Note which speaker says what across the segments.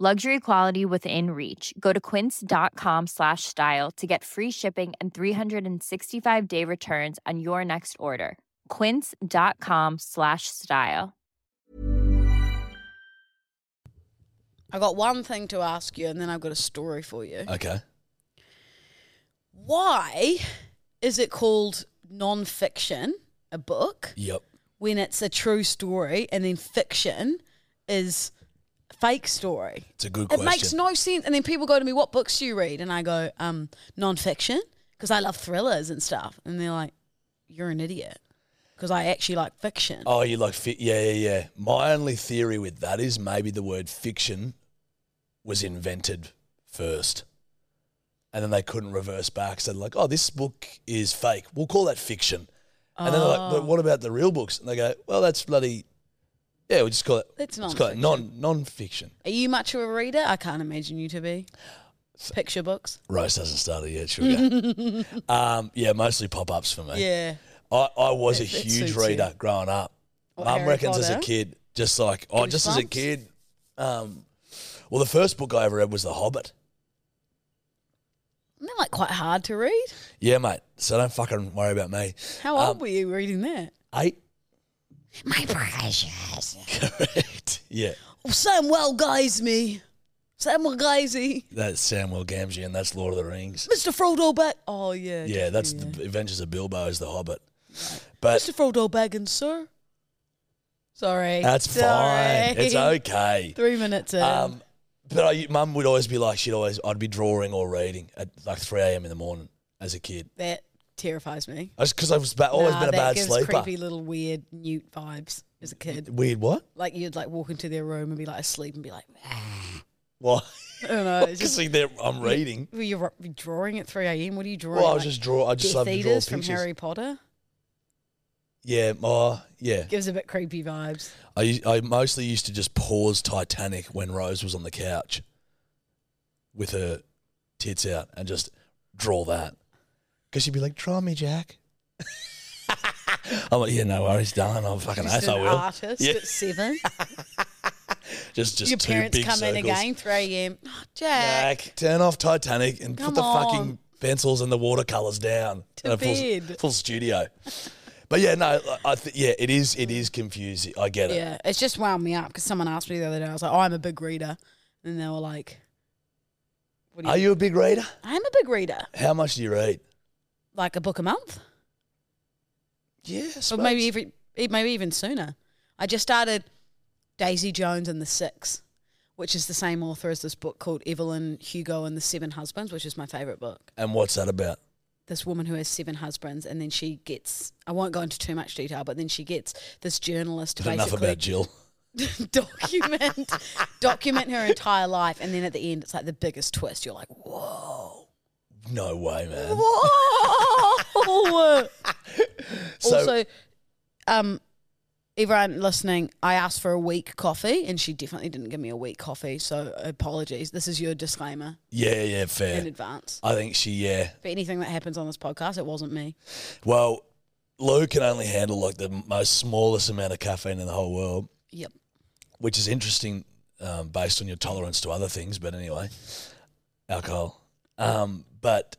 Speaker 1: Luxury quality within reach. Go to quince.com slash style to get free shipping and 365 day returns on your next order. Quince.com slash style.
Speaker 2: I got one thing to ask you, and then I've got a story for you.
Speaker 3: Okay.
Speaker 2: Why is it called non-fiction a book
Speaker 3: Yep.
Speaker 2: when it's a true story, and then fiction is fake story?
Speaker 3: It's a good
Speaker 2: It
Speaker 3: question.
Speaker 2: makes no sense. And then people go to me, "What books do you read?" And I go, um, "Nonfiction," because I love thrillers and stuff. And they're like, "You're an idiot," because I actually like fiction.
Speaker 3: Oh, you like fit? Yeah, yeah, yeah. My only theory with that is maybe the word fiction was invented first, and then they couldn't reverse back. So they're like, "Oh, this book is fake. We'll call that fiction." And then they're like, "But what about the real books?" And they go, "Well, that's bloody yeah. We just call it.
Speaker 2: It's
Speaker 3: let's call it non non-fiction."
Speaker 2: Oh. Are you much of a reader? I can't imagine you to be. Picture books.
Speaker 3: Rose hasn't started yet. Sugar. um, yeah, mostly pop ups for me.
Speaker 2: Yeah.
Speaker 3: I, I was a
Speaker 2: That- that
Speaker 3: huge
Speaker 2: suits you.
Speaker 3: reader growing up.
Speaker 2: What,
Speaker 3: Mum
Speaker 2: Harry
Speaker 3: reckons as a
Speaker 2: Potter?
Speaker 3: kid, just like oh, just as a
Speaker 2: Goosebumps?
Speaker 3: kid. Um, well, the first book I ever read was The Hobbit.
Speaker 2: Isn't that like quite hard to read?
Speaker 3: Yeah, mate. So don't fucking worry about me.
Speaker 2: How
Speaker 3: Um,
Speaker 2: old were you reading that?
Speaker 3: Eight.
Speaker 2: My precious.
Speaker 3: Correct. Yeah,
Speaker 2: Oh, Samuel Guisey. Samuel Guisey.
Speaker 3: that's Samuel Gamgee, and that's Lord of the Rings.
Speaker 2: Mr. Frodo Bag. Oh, yeah.
Speaker 3: Yeah, that's
Speaker 2: definitely,
Speaker 3: the Adventures of Bilbo is The Hobbit.
Speaker 2: yeah.
Speaker 3: But
Speaker 2: Mr. Frodo Baggins, sir. Sorry.
Speaker 3: that's fine.
Speaker 2: Sorry.
Speaker 3: It's okay.
Speaker 2: Three minutes in.
Speaker 3: Um, but I, Mum would always be like, she'd always, I'd be drawing or reading at like three a.m. in the morning as a kid.
Speaker 2: that terrifies me.
Speaker 3: I because I was ba- always
Speaker 2: Nah,
Speaker 3: been a
Speaker 2: that
Speaker 3: bad
Speaker 2: gives
Speaker 3: sleeper.
Speaker 2: creepy little weird newt vibes as a kid.
Speaker 3: Weird what?
Speaker 2: Like you'd like walk into their room and be like asleep and be like,
Speaker 3: Why?
Speaker 2: I don't know. It's
Speaker 3: Because
Speaker 2: just,
Speaker 3: see, there I'm reading.
Speaker 2: were you ru- drawing at 3 a.m.? What are you drawing?
Speaker 3: Well, I was
Speaker 2: like
Speaker 3: just draw. I just
Speaker 2: Death
Speaker 3: love to draw
Speaker 2: Eaters
Speaker 3: pictures.
Speaker 2: from Harry Potter?
Speaker 3: Yeah, oh, yeah.
Speaker 2: Gives a bit creepy vibes.
Speaker 3: I u- I mostly used to just pause Titanic when Rose was on the couch with her tits out and just draw that because she'd be like, "Draw me, Jack." I'm like, yeah, no worries, darling. I'm fucking
Speaker 2: Just
Speaker 3: ass. I
Speaker 2: an
Speaker 3: will.
Speaker 2: artist
Speaker 3: Yeah,
Speaker 2: at seven.
Speaker 3: just just
Speaker 2: Your
Speaker 3: two
Speaker 2: parents
Speaker 3: big
Speaker 2: come
Speaker 3: circles.
Speaker 2: in again, 3 a.m. Oh, Jack.
Speaker 3: Jack, turn off Titanic and
Speaker 2: Come
Speaker 3: put the
Speaker 2: on.
Speaker 3: fucking pencils and the watercolors down.
Speaker 2: To
Speaker 3: And a full,
Speaker 2: bed.
Speaker 3: full studio. But yeah, no, I- I th- yeah, it is. It is confusing. I get it.
Speaker 2: Yeah, it's just wound me up because someone asked me the other day. I was like, oh, I'm a big reader. And they were like, what
Speaker 3: Are you a big reader?
Speaker 2: I'm a big reader.
Speaker 3: How much do you read?
Speaker 2: Like a book a month?
Speaker 3: Yes,
Speaker 2: Or maybe every, e- maybe even sooner. I just started Daisy Jones and the Six, which is the same author as this book called Evelyn Hugo and the Seven Husbands, which is my favorite book.
Speaker 3: And what's that about?
Speaker 2: this woman who has seven husbands, and then she gets. I won't go into too much detail, but then she gets this journalist to
Speaker 3: Enough
Speaker 2: basically
Speaker 3: about Jill.
Speaker 2: document document her entire life, and then at the end, it's like the biggest twist. You're like, whoa,
Speaker 3: No way, man.
Speaker 2: whoa.
Speaker 3: So-
Speaker 2: also, um, everyone listening, I asked for a week coffee, and she definitely didn't give me a week coffee. So apologies. This is your disclaimer
Speaker 3: Yeah, yeah, fair.
Speaker 2: in advance.
Speaker 3: I think she. Yeah.
Speaker 2: For anything that happens on this podcast, it wasn't me.
Speaker 3: Well, Lou can only handle like the most smallest amount of caffeine in the whole world.
Speaker 2: Yep.
Speaker 3: which is interesting um, based on your tolerance to other things. But anyway, alcohol. Um, but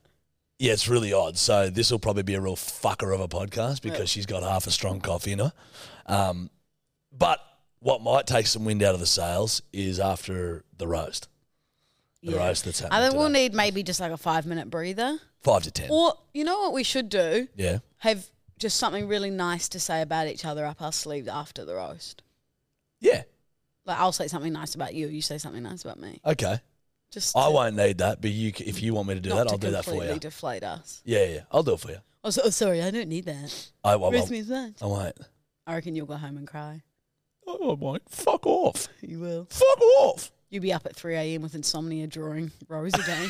Speaker 3: yeah, it's really odd. So this will probably be a real fucker of a podcast because she's got half a strong coffee in her. Um, but what might take some wind out of the sails is after the roast. the roast that's happening.
Speaker 2: I think we'll
Speaker 3: today.
Speaker 2: need maybe just like a five minute breather.
Speaker 3: five to ten.
Speaker 2: Or you know what we should do?
Speaker 3: yeah.
Speaker 2: Have just something really nice to say about each other up our sleeve after the roast.
Speaker 3: Yeah.
Speaker 2: Like I'll say something nice about you, you say something nice about me.
Speaker 3: Okay.
Speaker 2: Just
Speaker 3: Uh, I
Speaker 2: to-
Speaker 3: won't need that, but you, c- if you want me to do
Speaker 2: not
Speaker 3: that,
Speaker 2: to
Speaker 3: I'll do that for
Speaker 2: completely
Speaker 3: you.
Speaker 2: Deflate us.
Speaker 3: yeah, yeah. I'll do it for you.
Speaker 2: Oh, so, oh, sorry, I don't need that.
Speaker 3: I, I won't.
Speaker 2: Ruth means that.
Speaker 3: I won't.
Speaker 2: I reckon you'll go home and cry.
Speaker 3: Oh, I won't. Fuck off.
Speaker 2: You will.
Speaker 3: Fuck off.
Speaker 2: You'll be up at three a.m. with insomnia drawing rows again.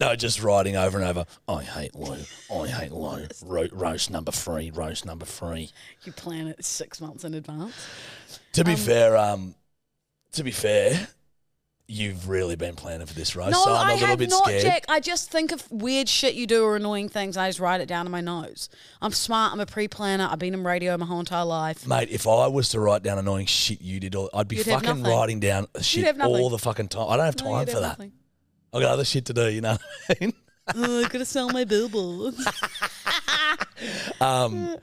Speaker 3: No, just writing over and over. I hate Lou. I hate Lou. Ro- roast number three. Roast number three.
Speaker 2: you plan it six months in advance.
Speaker 3: To be fair, um, to be fair, you've really been planning for this roast,
Speaker 2: no,
Speaker 3: so I'm a
Speaker 2: I
Speaker 3: little
Speaker 2: have
Speaker 3: bit
Speaker 2: not,
Speaker 3: scared.
Speaker 2: Jack. I just think of weird shit you do or annoying things. I just write it down in my notes. I'm smart. I'm a pre-planner. I've been in radio my whole entire life.
Speaker 3: Mate, if I was to write down annoying shit you did, all, I'd be
Speaker 2: You'd have
Speaker 3: fucking
Speaker 2: nothing.
Speaker 3: writing down
Speaker 2: have
Speaker 3: shit
Speaker 2: nothing.
Speaker 3: all the fucking time. I don't have time
Speaker 2: No, you don't
Speaker 3: for
Speaker 2: have
Speaker 3: that.
Speaker 2: nothing.
Speaker 3: I got other shit to do, you know. what I mean?
Speaker 2: oh, I gotta sell my billboards.
Speaker 3: um,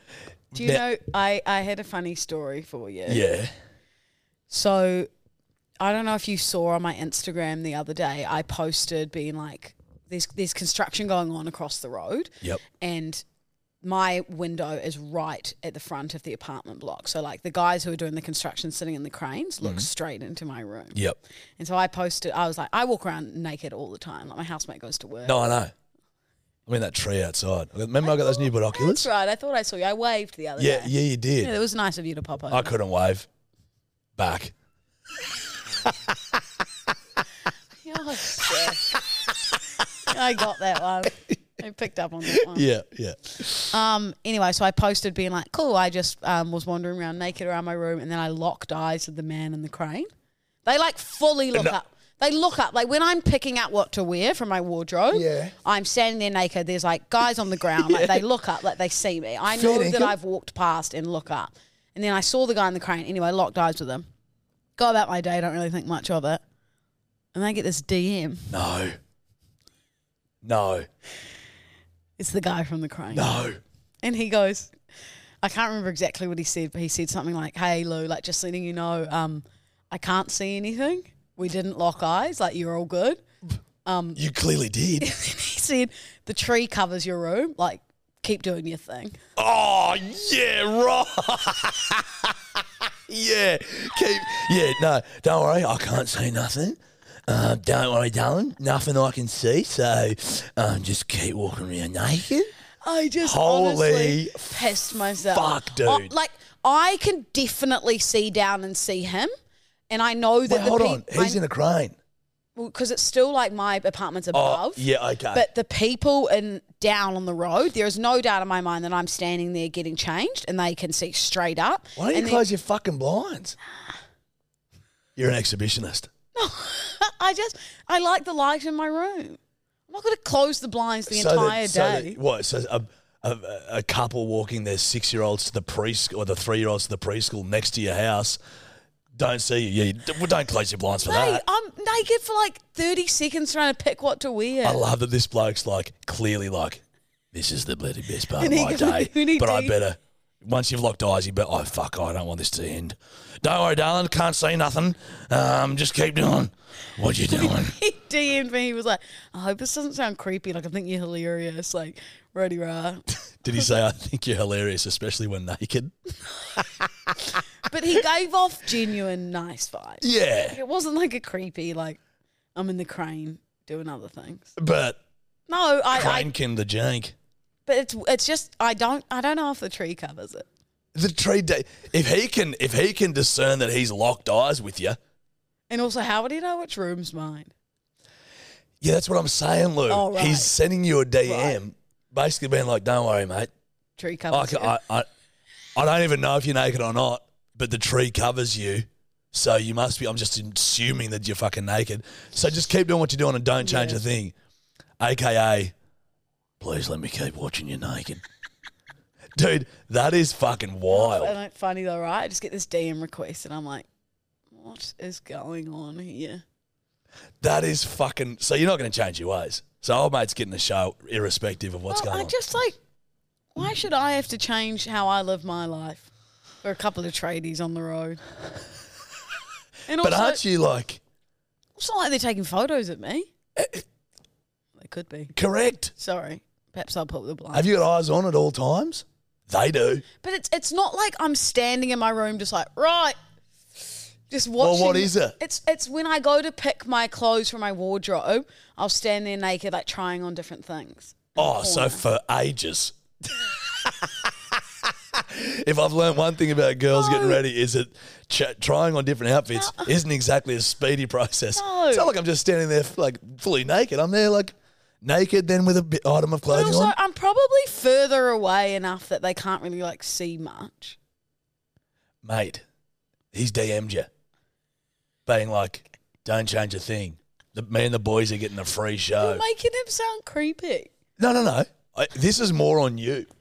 Speaker 2: Do you
Speaker 3: Now-
Speaker 2: know? I I had a funny story for you.
Speaker 3: yeah,
Speaker 2: So I don't know if you saw on my Instagram the other day. I posted being like, "There's there's construction going on across the road."
Speaker 3: yep,
Speaker 2: and my window is right at the front of the apartment block. So like the guys who are doing the construction sitting in the cranes
Speaker 3: Mm-hmm.
Speaker 2: look straight into my room.
Speaker 3: yep.
Speaker 2: And so I posted I was like I walk around naked all the time. Like my housemate goes to work.
Speaker 3: No, I know. I mean that tree outside. Remember, I, got those new binoculars.
Speaker 2: That's right. I thought I saw you. I waved the other
Speaker 3: Yeah,
Speaker 2: day.
Speaker 3: yeah, you did.
Speaker 2: Yeah, that was nice of you to pop over.
Speaker 3: I couldn't wave back.
Speaker 2: Yes. I got that one. I picked up on that one.
Speaker 3: Yeah, yeah.
Speaker 2: Um. Anyway, so I posted being like, "Cool." I just um, was wandering around naked around my room, and then I locked eyes with the man in the crane. They like fully look
Speaker 3: No.
Speaker 2: up. They look up. Like when I'm picking out what to wear from my wardrobe, yeah. I'm standing there naked. There's like guys on the ground. Like they look up. Like they see me. I know that I've walked past and look up. And then I saw the guy in the crane. Anyway, locked eyes with him. Go about my day. Don't really think much of it. And I get this DM.
Speaker 3: No, no,
Speaker 2: It's the guy from the crane.
Speaker 3: no.
Speaker 2: And he goes, I can't remember exactly what he said, but he said something like, "Hey Lou, like just letting you know, um, I can't see anything. We didn't lock eyes. Like you're all good."
Speaker 3: You clearly did.
Speaker 2: He said, "The tree covers your room. Like keep doing your thing."
Speaker 3: Oh yeah, right. yeah, keep. Yeah, no, don't worry. I can't see nothing. Um, don't worry, darling. Nothing I can see. So, um, just keep walking around naked.
Speaker 2: I just
Speaker 3: Holy
Speaker 2: honestly pissed myself.
Speaker 3: fuck, dude.
Speaker 2: Oh, like I can definitely see down and see him, and I know that
Speaker 3: Wait,
Speaker 2: the
Speaker 3: hold on.
Speaker 2: peop-
Speaker 3: He's in a Oh, crane.
Speaker 2: because it's still like my apartment's above.
Speaker 3: yeah, okay.
Speaker 2: But the people in down on the road, there is no doubt in my mind that I'm standing there getting changed, and they can see straight up.
Speaker 3: Why don't you
Speaker 2: And
Speaker 3: close your fucking blinds? You're an exhibitionist.
Speaker 2: then- I just I like the light in my room. I'm not going to close the blinds the
Speaker 3: that-
Speaker 2: entire
Speaker 3: so that-
Speaker 2: day.
Speaker 3: what? So a, a, a couple walking their six year olds to the preschool or the three year olds to the preschool next to your house don't see you. Yeah, you d- well, don't close your blinds for
Speaker 2: Mate,
Speaker 3: that.
Speaker 2: I'm naked for like 30 seconds trying to pick what to wear.
Speaker 3: I love that this bloke's like clearly like this is the bloody best part of
Speaker 2: And he
Speaker 3: my
Speaker 2: goes-
Speaker 3: day,
Speaker 2: and he
Speaker 3: but I
Speaker 2: did.
Speaker 3: better. Once you've locked eyes, you bet. Oh fuck! I don't want this to end. Don't worry, darling. Can't see nothing. Um, just keep doing what you're doing.
Speaker 2: he DM'd me. He was like, "I hope this doesn't sound creepy. Like I think you're hilarious. Like, ready, rah."
Speaker 3: Did he say, I think you're hilarious, especially when naked?
Speaker 2: But he gave off genuine nice vibes.
Speaker 3: Yeah.
Speaker 2: It wasn't like a creepy like I'm in the crane doing other things.
Speaker 3: But
Speaker 2: No, I, I
Speaker 3: Crankin the jank.
Speaker 2: but it's it's just I don't I don't know if the tree covers it.
Speaker 3: The trade day. If he can, if he can discern that he's locked eyes with you,
Speaker 2: And also, how would he know which room's mine?
Speaker 3: yeah, that's what I'm saying, Lou.
Speaker 2: Oh, right.
Speaker 3: He's sending you a DM, basically being like, "Don't worry, mate.
Speaker 2: Tree
Speaker 3: I,
Speaker 2: covers.
Speaker 3: can,
Speaker 2: it.
Speaker 3: I, I, I don't even know if you're naked or not, but the tree covers you, so you must be. I'm just assuming that you're fucking naked. So just keep doing what you're doing and don't change a thing. AKA, please let me keep watching you naked, dude. That is fucking wild.
Speaker 2: Isn't it funny though, right? I just get this DM request, and I'm like, what is going on here?
Speaker 3: That is fucking. So you're not going to change your ways. So old mate's getting the show irrespective of what's
Speaker 2: Well,
Speaker 3: going
Speaker 2: I
Speaker 3: on.
Speaker 2: just like, why should I have to change how I live my life for a couple of tradies on the road? And
Speaker 3: but aren't you like?
Speaker 2: It's not like they're taking photos of me. they could be.
Speaker 3: Correct.
Speaker 2: Sorry. Perhaps I'll put the blind.
Speaker 3: Have you got eyes on at all times? They do.
Speaker 2: But it's it's not like I'm standing in my room just like right, just
Speaker 3: Well,
Speaker 2: watching.
Speaker 3: what is it?
Speaker 2: It's it's when I go to pick my clothes from my wardrobe, I'll stand there naked, like trying on different things.
Speaker 3: Oh, so for ages. if I've learned one thing about girls getting ready is that ch- trying on different outfits isn't exactly a speedy process.
Speaker 2: No.
Speaker 3: It's not like I'm just standing there like fully naked. I'm there like naked, then with a bit item of
Speaker 2: But
Speaker 3: clothing
Speaker 2: also,
Speaker 3: on.
Speaker 2: I'm probably further away enough that they can't really like see much.
Speaker 3: Mate, he's DM'd you, being like, "Don't change a thing." The, me and the boys are getting a free show.
Speaker 2: You're making him sound creepy.
Speaker 3: No, no, no. I, this is more on you
Speaker 2: Oh,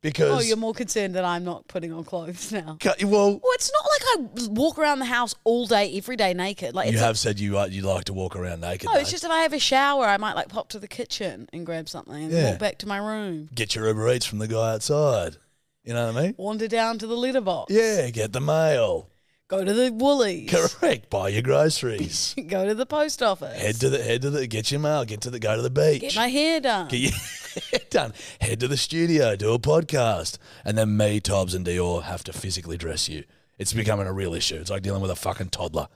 Speaker 3: because
Speaker 2: you're more concerned that I'm not putting on clothes now.
Speaker 3: Okay, well,
Speaker 2: Well, it's not like I walk around the house all day, every day naked. Like
Speaker 3: you
Speaker 2: it's
Speaker 3: have said you uh, you like to walk around naked.
Speaker 2: No, Oh, it's
Speaker 3: mate.
Speaker 2: just if I have a shower, I might like pop to the kitchen and grab something and
Speaker 3: Yeah.
Speaker 2: walk back to my room,
Speaker 3: get your Uber Eats from the guy outside. You know what I mean?
Speaker 2: wander down to the letterbox,
Speaker 3: Yeah, get the mail.
Speaker 2: go to the Woolies,
Speaker 3: Correct. Buy your groceries.
Speaker 2: go to the post office,
Speaker 3: head to the head to the get your mail. Get to the go to the beach.
Speaker 2: get my hair done.
Speaker 3: Get your hair done. Head to the studio. Do a podcast, and then me, Tobbs, and Dior have to physically dress you. It's becoming a real issue. It's like dealing with a fucking toddler,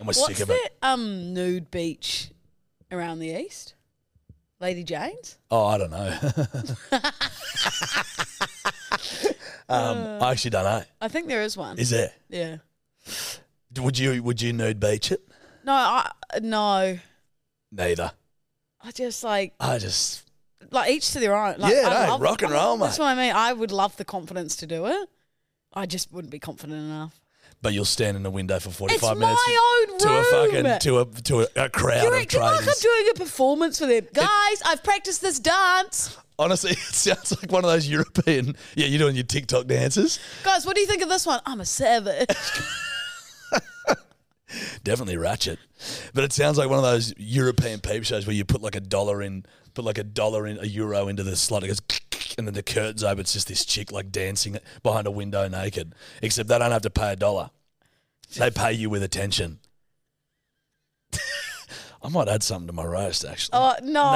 Speaker 3: and we're
Speaker 2: What's
Speaker 3: sick of
Speaker 2: that
Speaker 3: it.
Speaker 2: um nude beach around the east? Lady Jane's?
Speaker 3: Oh, I don't know. um, I actually don't know.
Speaker 2: I think there is one.
Speaker 3: Is there?
Speaker 2: yeah.
Speaker 3: Would you would you nude beach it?
Speaker 2: No, I no.
Speaker 3: Neither.
Speaker 2: I just like
Speaker 3: I just
Speaker 2: like each to their own. Like,
Speaker 3: Yeah,
Speaker 2: I
Speaker 3: no,
Speaker 2: love-
Speaker 3: rock and roll,
Speaker 2: That's what I mean. I would love the confidence to do it. I just wouldn't be confident enough.
Speaker 3: But you'll stand in the window for 45
Speaker 2: It's
Speaker 3: minutes
Speaker 2: my own
Speaker 3: to
Speaker 2: room.
Speaker 3: a fucking to a to a, a crowd
Speaker 2: You're
Speaker 3: of
Speaker 2: acting like I'm
Speaker 3: traders.
Speaker 2: doing a performance for them. Guys, I've practiced this dance.
Speaker 3: Honestly, it sounds like one of those European. Yeah, you're doing your TikTok dances.
Speaker 2: Guys, what do you think of this one? I'm a savage.
Speaker 3: Definitely ratchet. But it sounds like one of those European peep shows where you put like a dollar in, put like a dollar in a euro into the slot. It goes, and then the curtains open. It's just this chick like dancing behind a window naked. Except they don't have to pay a dollar. They pay you with attention. I might add something to my roast actually.
Speaker 2: Oh, no.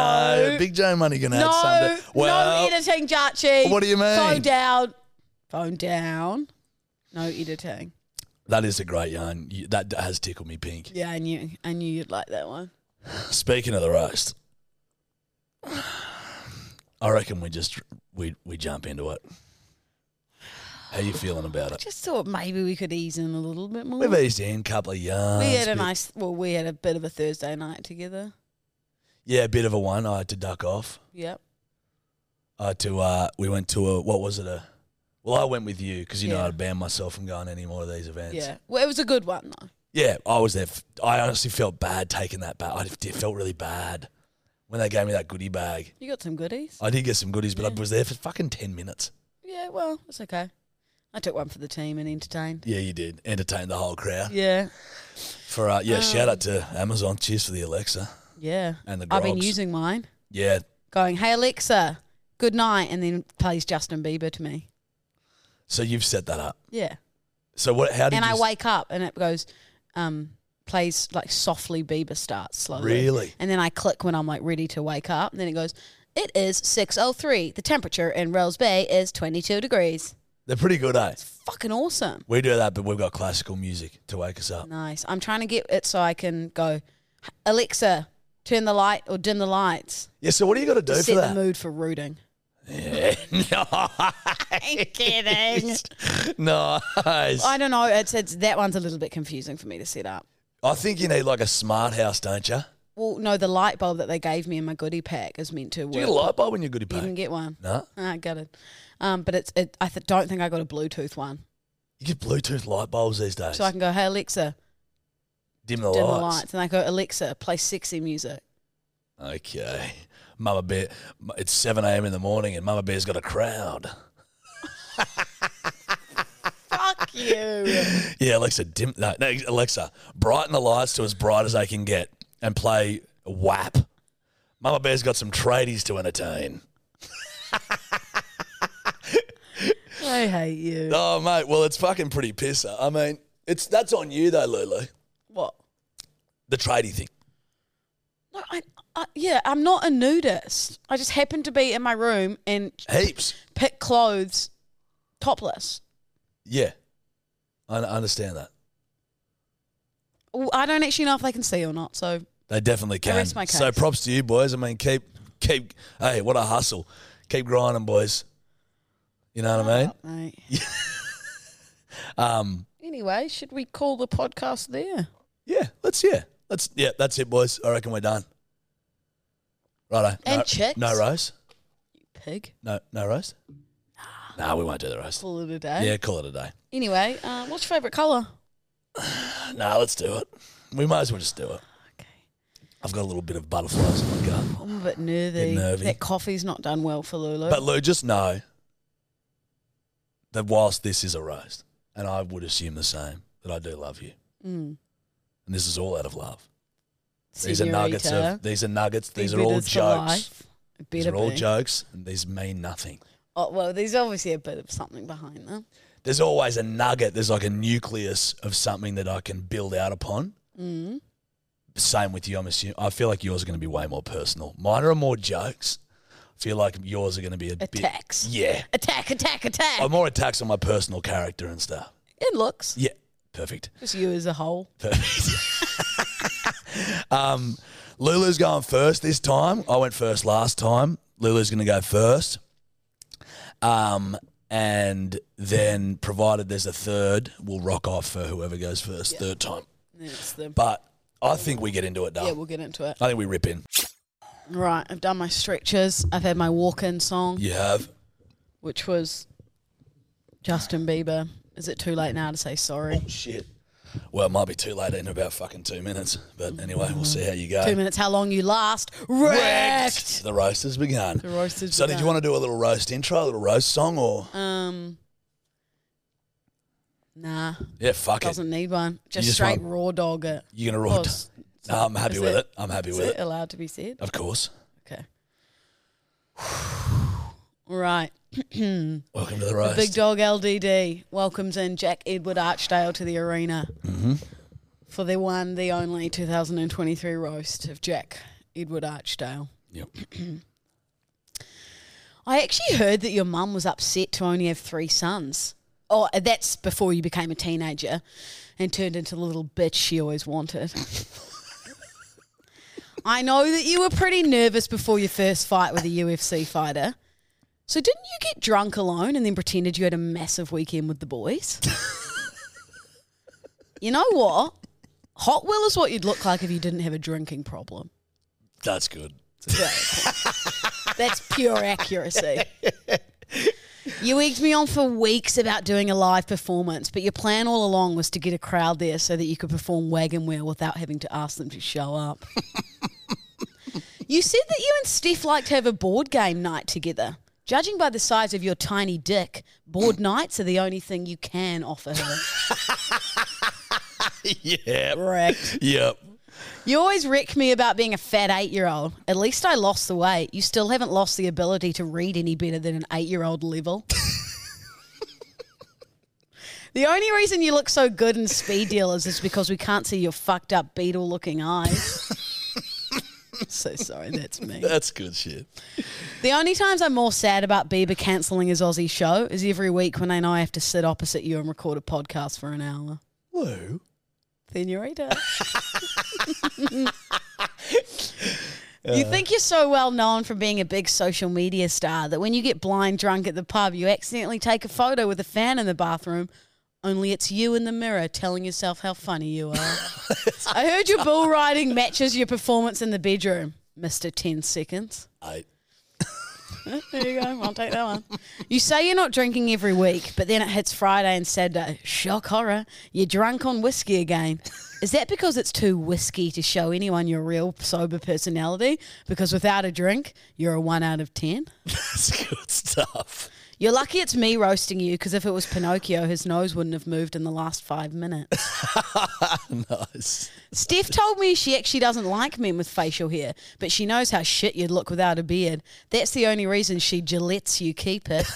Speaker 3: No, Big J Money gonna
Speaker 2: no,
Speaker 3: add something. Well,
Speaker 2: no editing, Jachi.
Speaker 3: what do you mean?
Speaker 2: Phone down. Phone down. No editing.
Speaker 3: that is a great yarn. You- That has tickled me pink.
Speaker 2: Yeah, I knew. I knew you'd like that one.
Speaker 3: Speaking of the roast, I reckon we just we we jump into it. How you feeling about
Speaker 2: I
Speaker 3: it?
Speaker 2: just thought maybe we could ease in a little bit more.
Speaker 3: We've eased in a couple of yarns.
Speaker 2: we had a
Speaker 3: bit-
Speaker 2: nice. Well, we had a bit of a Thursday night together.
Speaker 3: yeah, a bit of a one. I had to duck off.
Speaker 2: Yep.
Speaker 3: I had to uh, we went to a what was it a? Well, I went with you because you know
Speaker 2: Yeah.
Speaker 3: I'd banned myself from going to any more of these events.
Speaker 2: Yeah. Well, it was a good one though.
Speaker 3: Yeah, I was there. f- I honestly felt bad taking that back. I d- felt really bad when they gave me that goodie bag.
Speaker 2: You got some goodies.
Speaker 3: I did get some goodies, but I
Speaker 2: Yeah.
Speaker 3: was there for fucking 10 minutes.
Speaker 2: Yeah. Well, it's okay. I took one for the team and entertained.
Speaker 3: Yeah, you did. Entertain the whole crowd.
Speaker 2: Yeah.
Speaker 3: For uh, yeah,
Speaker 2: Um,
Speaker 3: shout out to Amazon. Cheers for the Alexa.
Speaker 2: Yeah.
Speaker 3: And the
Speaker 2: I've been
Speaker 3: grogs.
Speaker 2: using mine,
Speaker 3: Yeah,
Speaker 2: going, "Hey Alexa, good night," and then plays Justin Bieber to me.
Speaker 3: so you've set that up.
Speaker 2: Yeah.
Speaker 3: So what? How did
Speaker 2: And
Speaker 3: you
Speaker 2: I
Speaker 3: s-
Speaker 2: wake up and it goes, um, plays like softly Bieber starts slowly.
Speaker 3: Really?
Speaker 2: And then I click when I'm like ready to wake up. And then it goes, "It is 6:03. The temperature in Rose Bay is 22 degrees."
Speaker 3: They're pretty good, eh?
Speaker 2: It's fucking awesome.
Speaker 3: We do that, but we've got classical music to wake us up.
Speaker 2: Nice. I'm trying to get it so I can go, Alexa, turn the light or dim the lights.
Speaker 3: Yeah. So what do you got to do
Speaker 2: to
Speaker 3: for
Speaker 2: set
Speaker 3: that?
Speaker 2: the mood for rooting.
Speaker 3: Yeah. nice. nice.
Speaker 2: I don't know. It's, it's that one's a little bit confusing for me to set up.
Speaker 3: I think you need like a smart house, don't you?
Speaker 2: Well, no, the light bulb that they gave me in my goodie pack is meant to work.
Speaker 3: Do you get a light bulb when you're goodie
Speaker 2: You didn't
Speaker 3: bag?
Speaker 2: get one.
Speaker 3: No.
Speaker 2: Ah, I got it. Um, but it's it, I th- don't think I got a Bluetooth one,
Speaker 3: You get Bluetooth light bulbs these days.
Speaker 2: so I can go, hey Alexa,
Speaker 3: dim the
Speaker 2: dim the
Speaker 3: lights.
Speaker 2: lights, and I go, Alexa, play sexy music.
Speaker 3: Okay. Mama Bear, it's 7 a.m. in the morning and Mama Bear's got a crowd.
Speaker 2: Fuck you.
Speaker 3: Yeah, Alexa, dim, no, no, Alexa, brighten the lights to as bright as they can get and play WAP. Mama Bear's got some tradies to entertain.
Speaker 2: I hate you.
Speaker 3: Oh, mate, well, it's fucking pretty pisser. I mean, it's that's on you though, Lulu.
Speaker 2: What?
Speaker 3: The tradie thing.
Speaker 2: No, I, I, yeah, I'm not a nudist. I just happened to be in my room and
Speaker 3: Heaps.
Speaker 2: pick clothes topless.
Speaker 3: Yeah. I I understand that.
Speaker 2: Oh, I don't actually know if they can see or not. So
Speaker 3: They definitely can.
Speaker 2: rest my
Speaker 3: So
Speaker 2: case.
Speaker 3: props to you boys. I mean, keep keep. Hey, what a hustle! Keep grinding, boys. You know what I
Speaker 2: Uh,
Speaker 3: mean?
Speaker 2: Mate.
Speaker 3: Um,
Speaker 2: Anyway, should we call the podcast there?
Speaker 3: yeah. Let's yeah. Let's yeah. That's it, boys. I reckon we're done. Righto. no,
Speaker 2: And chicks.
Speaker 3: No roast.
Speaker 2: Pig.
Speaker 3: No no roast. No, we won't do the roast.
Speaker 2: Call it a day.
Speaker 3: Yeah, call it a day.
Speaker 2: Anyway, uh, what's your favourite colour?
Speaker 3: No, let's do it. We might as well just do it.
Speaker 2: Okay.
Speaker 3: I've got a little bit of butterflies in my gut.
Speaker 2: I'm a bit nervy.
Speaker 3: Bit nervy.
Speaker 2: That coffee's not done well for Lulu.
Speaker 3: But Lou, just know that whilst this is a roast, and I would assume the same, that I do love you,
Speaker 2: Mm.
Speaker 3: and this is all out of love. These are
Speaker 2: Senorita.
Speaker 3: nuggets of these are nuggets.
Speaker 2: Be
Speaker 3: These are all
Speaker 2: bitters for
Speaker 3: jokes.
Speaker 2: life.
Speaker 3: These
Speaker 2: Better
Speaker 3: are all
Speaker 2: be.
Speaker 3: jokes, and these mean nothing.
Speaker 2: Oh, well, there's obviously a bit of something behind them.
Speaker 3: There's always a nugget. There's like a nucleus of something that I can build out upon.
Speaker 2: Mm.
Speaker 3: Same with you, I'm assuming. I feel like yours are going to be way more personal. Mine are more jokes. I feel like yours are going to be a
Speaker 2: Attacks.
Speaker 3: bit. Yeah. Um,
Speaker 2: Attack, attack, attack.
Speaker 3: I'm more attacks on my personal character and stuff.
Speaker 2: it looks.
Speaker 3: Yeah. Perfect.
Speaker 2: Just you as a whole.
Speaker 3: Perfect. um, Lulu's going first this time. I went first last time. Lulu's going to go first. Um, and then, provided there's a third, we'll rock off for whoever goes first third time.
Speaker 2: And then it's the,
Speaker 3: But uh, I think we get into it, Dale.
Speaker 2: yeah, we'll get into it.
Speaker 3: I think we rip in.
Speaker 2: Right, I've done my stretches. I've had my walk-in song,
Speaker 3: You have.
Speaker 2: which was Justin Bieber. Is it too late now to say sorry?
Speaker 3: Shit. Well, it might be too late in about fucking two minutes. But anyway, we'll see how you go.
Speaker 2: Two minutes, how long you last?
Speaker 3: Wrecked.
Speaker 2: Wrecked.
Speaker 3: The roast has begun.
Speaker 2: The roast has
Speaker 3: so, did you
Speaker 2: begun.
Speaker 3: want to do a little roast intro, a little roast song, or
Speaker 2: Um, nah,
Speaker 3: yeah, fuck it.
Speaker 2: doesn't need one. Just,
Speaker 3: just
Speaker 2: straight
Speaker 3: want-
Speaker 2: raw dog it.
Speaker 3: You're gonna roll.
Speaker 2: Oh,
Speaker 3: it.
Speaker 2: s-
Speaker 3: No, I'm happy
Speaker 2: is
Speaker 3: with
Speaker 2: it-
Speaker 3: it. I'm happy
Speaker 2: Is
Speaker 3: with
Speaker 2: it
Speaker 3: it.
Speaker 2: allowed to be said?
Speaker 3: Of course.
Speaker 2: Okay. All right.
Speaker 3: Welcome to the
Speaker 2: The
Speaker 3: roast.
Speaker 2: Big Dog LDD welcomes in Jack Edward Archdale to the arena for the one, the only 2023 roast of Jack Edward Archdale.
Speaker 3: Yep.
Speaker 2: I actually heard that your mum was upset to only have three sons. Oh, that's before you became a teenager and turned into the little bitch she always wanted. I know that you were pretty nervous before your first fight with a UFC fighter. So didn't you get drunk alone and then pretended you had a massive weekend with the boys? you know what? Hot Will is what you'd look like if you didn't have a drinking problem.
Speaker 3: That's good.
Speaker 2: That's pure accuracy. You egged me on for weeks about doing a live performance, but your plan all along was to get a crowd there so that you could perform Wagon Wheel without having to ask them to show up. you said that you and Steph like to have a board game night together. Judging by the size of your tiny dick, board nights are the only thing you can offer her.
Speaker 3: yeah.
Speaker 2: Correct.
Speaker 3: Yep.
Speaker 2: You always wreck me about being a fat eight year old. At least I lost the weight. You still haven't lost the ability to read any better than an eight year old level. the only reason you look so good in Speed Dealers is because we can't see your fucked up beetle looking eyes. so sorry, that's me.
Speaker 3: That's good shit.
Speaker 2: The only times I'm more sad about Bieber cancelling his Aussie show is every week when I know I have to sit opposite you and record a podcast for an hour.
Speaker 3: Lou.
Speaker 2: Senorita. you think you're so well known for being a big social media star that when you get blind drunk at the pub, you accidentally take a photo with a fan in the bathroom, only it's you in the mirror telling yourself how funny you are. I heard your bull riding matches your performance in the bedroom, Mr. 10 Seconds.
Speaker 3: Eight.
Speaker 2: There you go. I'll take that one. You say you're not drinking every week, but then it hits Friday and Saturday. Shock horror. You're drunk on whiskey again. Is that because it's too whiskey to show anyone your real sober personality? Because without a drink, you're a one out of 10.
Speaker 3: That's good stuff.
Speaker 2: You're lucky it's me roasting you because if it was Pinocchio, his nose wouldn't have moved in the last five minutes.
Speaker 3: Nice.
Speaker 2: Steph told me she actually doesn't like men with facial hair, but she knows how shit you'd look without a beard. That's the only reason she gillettes you keep it.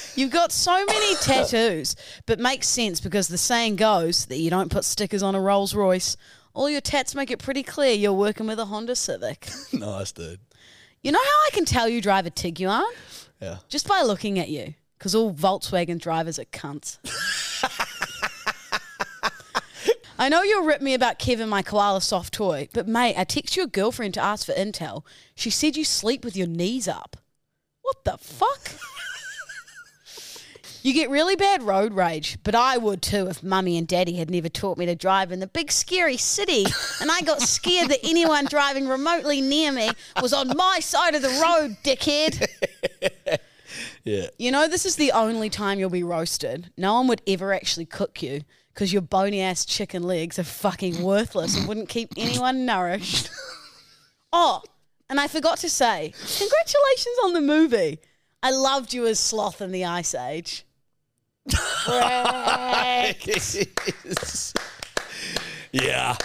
Speaker 2: You've got so many tattoos, but makes sense because the saying goes that you don't put stickers on a Rolls Royce. All your tats make it pretty clear you're working with a Honda Civic.
Speaker 3: nice, dude.
Speaker 2: You know how I can tell you drive a Tiguan?
Speaker 3: Yeah.
Speaker 2: Just by looking at you. Because all Volkswagen drivers are cunts. I know you'll rip me about Kevin, my koala soft toy, but mate, I text your girlfriend to ask for intel. She said you sleep with your knees up. What the fuck? you get really bad road rage, but I would too if mummy and daddy had never taught me to drive in the big scary city and I got scared that anyone driving remotely near me was on my side of the road, dickhead.
Speaker 3: Yeah.
Speaker 2: You know, this is the only time you'll be roasted. No one would ever actually cook you because your bony ass chicken legs are fucking worthless and wouldn't keep anyone nourished. oh, and I forgot to say, congratulations on the movie. I loved you as Sloth in the Ice Age.
Speaker 3: yeah.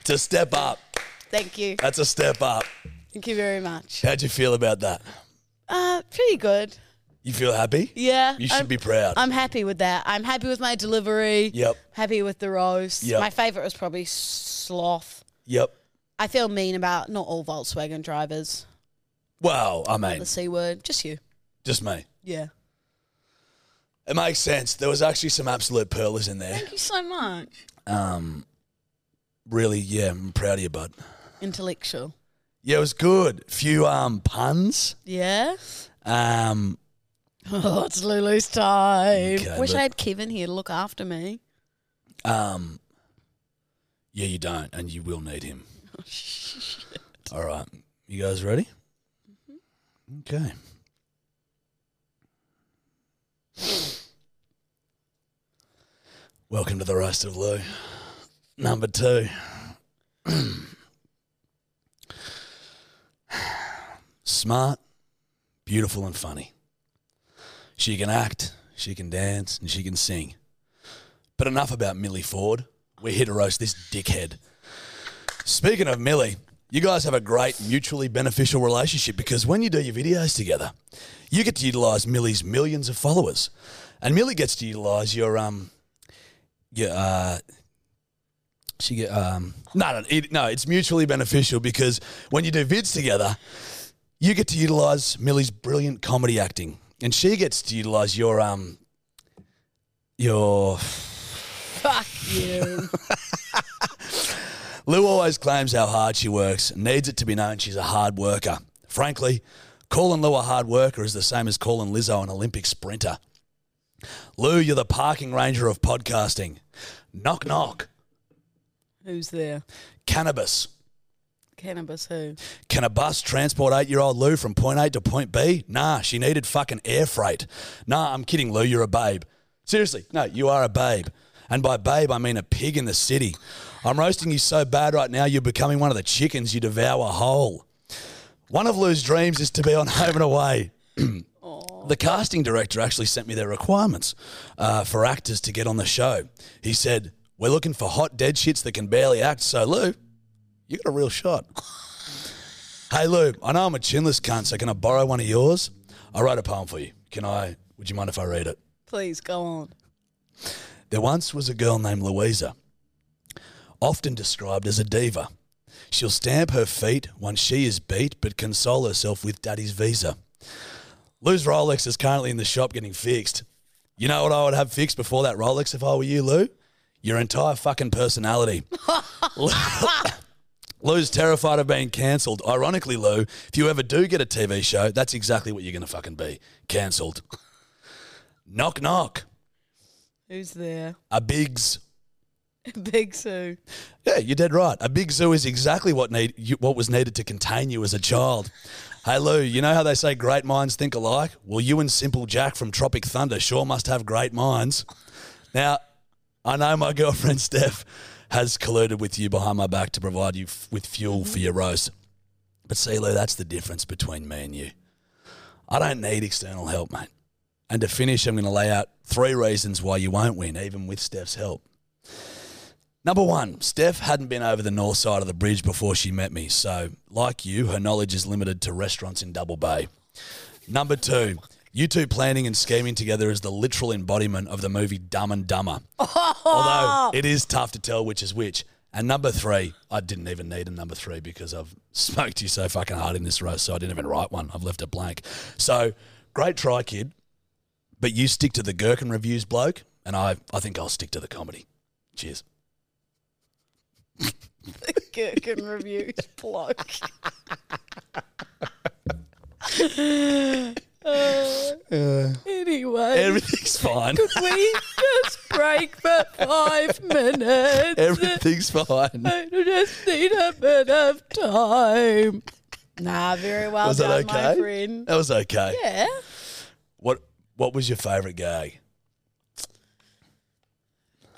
Speaker 3: It's a step up.
Speaker 2: Thank you.
Speaker 3: That's a step up.
Speaker 2: Thank you very much.
Speaker 3: How'd you feel about that?
Speaker 2: Uh, pretty good.
Speaker 3: You feel happy?
Speaker 2: Yeah.
Speaker 3: You should
Speaker 2: I'm-
Speaker 3: be proud.
Speaker 2: I'm happy with that. I'm happy with my delivery.
Speaker 3: Yep.
Speaker 2: Happy with the roast.
Speaker 3: Yep.
Speaker 2: My favorite was probably Sloth.
Speaker 3: yep.
Speaker 2: I feel mean about not all Volkswagen drivers.
Speaker 3: Wow. I mean,
Speaker 2: The C word. Just you.
Speaker 3: just me.
Speaker 2: Yeah.
Speaker 3: It makes sense. There was actually some absolute pearlers in there.
Speaker 2: Thank you so much.
Speaker 3: Um, really, yeah, I'm proud of you, bud.
Speaker 2: Intellectual.
Speaker 3: Yeah, it was good. Few um puns.
Speaker 2: Yeah.
Speaker 3: Um,
Speaker 2: Oh, it's Lulu's time.
Speaker 3: Okay,
Speaker 2: Wish
Speaker 3: but-
Speaker 2: I had Kevin here to look after me.
Speaker 3: um, yeah, you don't, and you will need him. All right, you guys ready? Okay. Welcome to the roast of Lou. Number two. Smart, beautiful, and funny. She can act, she can dance, and she can sing. But enough about Millie Ford. We're here to roast this dickhead. Speaking of Millie, you guys have a great mutually beneficial relationship because when you do your videos together, you get to utilize Millie's millions of followers, and Millie gets to utilize your um, your uh, she get um, no, no, it, no, it's mutually beneficial because when you do vids together, you get to utilize Millie's brilliant comedy acting, and she gets to utilize your um, your
Speaker 2: Fuck you.
Speaker 3: Lou always claims how hard she works and needs it to be known she's a hard worker. Frankly, calling Lou a hard worker is the same as calling Lizzo an Olympic sprinter. Lou, you're the parking ranger of podcasting. Knock, knock.
Speaker 2: Who's there?
Speaker 3: Cannabis.
Speaker 2: Cannabis who?
Speaker 3: Can a bus transport eight year old Lou from point A to point B? Nah, she needed fucking air freight. Nah, I'm kidding, Lou, you're a babe. Seriously, no, you are a babe. And by babe, I mean a pig in the city. I'm roasting you so bad right now, you're becoming one of the chickens you devour whole. One of Lou's dreams is to be on Home and Away. the casting director actually sent me their requirements uh, for actors to get on the show. He said, We're looking for hot dead shits that can barely act, so Lou, you got a real shot. Hey Lou, I know I'm a chinless cunt, so can I borrow one of yours? I wrote a poem for you. Can I? Would you mind if I read it?
Speaker 2: Please go on.
Speaker 3: There once was a girl named Louisa, often described as a diva. She'll stamp her feet once she is beat, but console herself with daddy's visa. Lou's Rolex is currently in the shop getting fixed. You know what I would have fixed before that Rolex if I were you, Lou? Your entire fucking personality. Lou's terrified of being cancelled. Ironically, Lou, if you ever do get a TV show, that's exactly what you're going to fucking be cancelled. Knock, knock.
Speaker 2: Who's there?
Speaker 3: A bigs.
Speaker 2: Big Sue.
Speaker 3: Yeah, you're dead right. A big zoo is exactly what need you, what was needed to contain you as a child. Hey Lou, you know how they say great minds think alike? Well, you and Simple Jack from Tropic Thunder sure must have great minds. Now, I know my girlfriend Steph has colluded with you behind my back to provide you f- with fuel for your roast. But see, Lou, that's the difference between me and you. I don't need external help, mate. And to finish, I'm going to lay out three reasons why you won't win, even with Steph's help. Number one, Steph hadn't been over the north side of the bridge before she met me, so like you, her knowledge is limited to restaurants in Double Bay. Number two, You two planning and scheming together is the literal embodiment of the movie Dumb and Dumber. Although it is tough to tell which is which. And number three, I didn't even need a number three because I've smoked you so fucking hard in this row, so I didn't even write one. I've left it blank. So great try, kid. But you stick to the Gherkin reviews, bloke, and I, I think I'll stick to the comedy. Cheers.
Speaker 2: Gherkin reviews bloke. Uh, anyway,
Speaker 3: Everything's fine.
Speaker 2: we just break for five minutes.
Speaker 3: Everything's fine.
Speaker 2: I just need a bit of time. Nah, very well
Speaker 3: was
Speaker 2: done,
Speaker 3: that okay?
Speaker 2: my friend.
Speaker 3: That was okay.
Speaker 2: Yeah.
Speaker 3: What What was your favourite gay?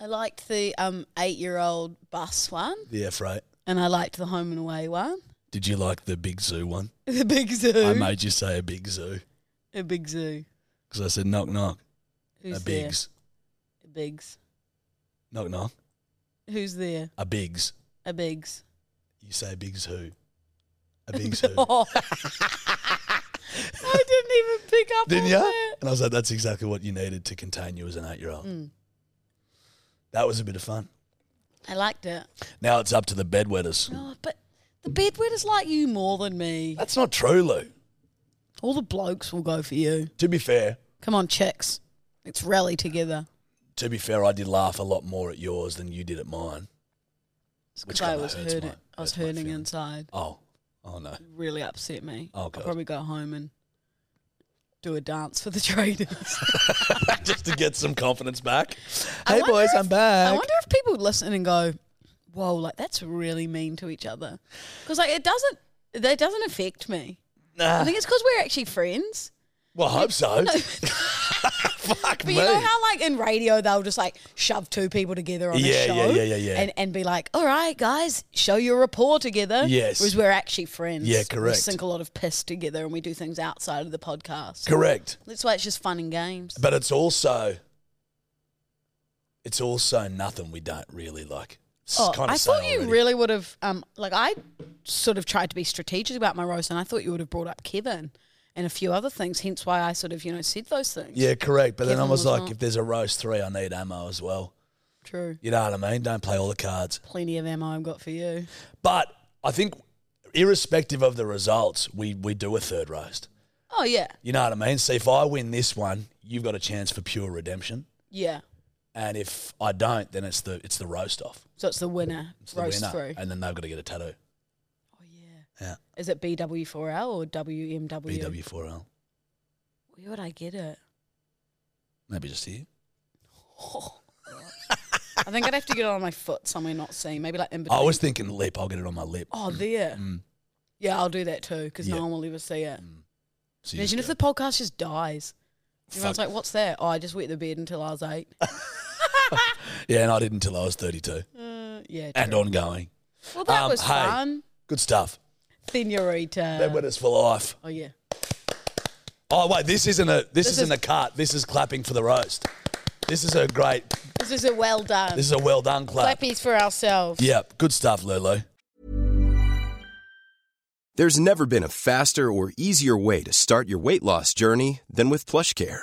Speaker 2: I liked the um, eight-year-old bus one,
Speaker 3: The air freight.
Speaker 2: and I liked the home and away one.
Speaker 3: Did you like the big zoo one?
Speaker 2: The big zoo.
Speaker 3: I made you say a big zoo
Speaker 2: a big zoo.
Speaker 3: because I said knock knock.
Speaker 2: Who's
Speaker 3: a bigs.
Speaker 2: there? A bigs.
Speaker 3: Knock knock.
Speaker 2: Who's there?
Speaker 3: A bigs.
Speaker 2: A bigs.
Speaker 3: You say bigs who? A bigs who?
Speaker 2: Oh. I didn't even pick up
Speaker 3: Didn't
Speaker 2: on
Speaker 3: ya?
Speaker 2: that.
Speaker 3: And I was like, that's exactly what you needed to contain you as an eight year old.
Speaker 2: Mm.
Speaker 3: That was a bit of fun.
Speaker 2: I liked it.
Speaker 3: Now it's up to the bedwetters.
Speaker 2: No, but the bedwetters like you more than me.
Speaker 3: That's not true, Lou.
Speaker 2: All the blokes will go for you.
Speaker 3: To be fair,
Speaker 2: Come on, chicks. Let's rally together.
Speaker 3: to be fair, I did laugh a lot more at yours than you did at mine.
Speaker 2: It's
Speaker 3: Which
Speaker 2: 'cause I
Speaker 3: kinda
Speaker 2: was
Speaker 3: hurts
Speaker 2: hurting.
Speaker 3: my-
Speaker 2: I was
Speaker 3: hurts my
Speaker 2: hurting
Speaker 3: feelings.
Speaker 2: inside.
Speaker 3: Oh, oh no.
Speaker 2: It really upset me.
Speaker 3: Oh, God.
Speaker 2: I'll probably go home and do a dance for the traders.
Speaker 3: Just to get some confidence back.
Speaker 2: I
Speaker 3: Hey,
Speaker 2: wonder
Speaker 3: boys,
Speaker 2: if-
Speaker 3: I'm back.
Speaker 2: I wonder if people would listen and go, "Whoa, like that's really mean to each other," because like it doesn't, that doesn't affect me.
Speaker 3: nah.
Speaker 2: I think it's because we're actually friends.
Speaker 3: well, I Ah. hope so.
Speaker 2: No,
Speaker 3: Fuck
Speaker 2: but
Speaker 3: me.
Speaker 2: you know how like in radio they'll just like shove two people together on
Speaker 3: Yeah,
Speaker 2: a show,
Speaker 3: yeah, yeah, yeah, yeah.
Speaker 2: and and be like, "All right, guys, show your rapport together."
Speaker 3: Yes.
Speaker 2: whereas we're actually friends.
Speaker 3: Yeah,
Speaker 2: We
Speaker 3: correct.
Speaker 2: sink a lot of piss together, and we do things outside of the podcast.
Speaker 3: Correct.
Speaker 2: That's why it's just fun and games.
Speaker 3: But it's also it's also nothing we don't really like. It's
Speaker 2: Oh,
Speaker 3: kinda
Speaker 2: I
Speaker 3: saying
Speaker 2: thought you
Speaker 3: already.
Speaker 2: really would have, um, like, I sort of tried to be strategic about my roast, and I thought you would have brought up Kevin and a few other things, hence why I sort of, you know, said those things.
Speaker 3: Yeah, correct. But then I
Speaker 2: Kevin
Speaker 3: was
Speaker 2: was
Speaker 3: like,
Speaker 2: not.
Speaker 3: if there's a roast three, I need ammo as well.
Speaker 2: True.
Speaker 3: You know what I mean? Don't play all the cards.
Speaker 2: Plenty of ammo I've got for you.
Speaker 3: But I think irrespective of the results, we we do a third roast.
Speaker 2: Oh, yeah.
Speaker 3: You know what I mean? So if I win this one, you've got a chance for pure redemption.
Speaker 2: Yeah.
Speaker 3: And if I don't, then it's the it's the roast off.
Speaker 2: So it's the winner.
Speaker 3: It's the
Speaker 2: roast
Speaker 3: winner.
Speaker 2: through.
Speaker 3: And then they've got to get a tattoo.
Speaker 2: oh, yeah.
Speaker 3: Yeah.
Speaker 2: Is it BW4L or WMW?
Speaker 3: BW4L.
Speaker 2: Where would I get it?
Speaker 3: Maybe just here.
Speaker 2: I think I'd have to get it on my foot somewhere not seen. Maybe like in between.
Speaker 3: I was thinking lip. I'll get it on my lip.
Speaker 2: Oh, there.
Speaker 3: Oh, Mm.
Speaker 2: Yeah, I'll do that too, because
Speaker 3: Yeah.
Speaker 2: no one will ever see it.
Speaker 3: So you
Speaker 2: Imagine if
Speaker 3: just
Speaker 2: the podcast just dies. Everyone's
Speaker 3: Fuck.
Speaker 2: like, "What's that?" Oh, I just wet the bed until I was eight.
Speaker 3: go- yeah, and I did until I was 32
Speaker 2: Uh, yeah.
Speaker 3: and
Speaker 2: true.
Speaker 3: ongoing.
Speaker 2: well, that
Speaker 3: um,
Speaker 2: was
Speaker 3: hey.
Speaker 2: fun.
Speaker 3: Good stuff. Bedwetters
Speaker 2: Senorita.
Speaker 3: for life.
Speaker 2: Oh yeah.
Speaker 3: Oh wait, this isn't a
Speaker 2: This
Speaker 3: this, isn't
Speaker 2: is-
Speaker 3: a cut. This is clapping for the roast. This is a great.
Speaker 2: This is a well done.
Speaker 3: This is a well done clap.
Speaker 2: Clappies for ourselves.
Speaker 3: Yeah, good stuff, Lulu.
Speaker 4: There's never been a faster or easier way to start your weight loss journey than with PlushCare.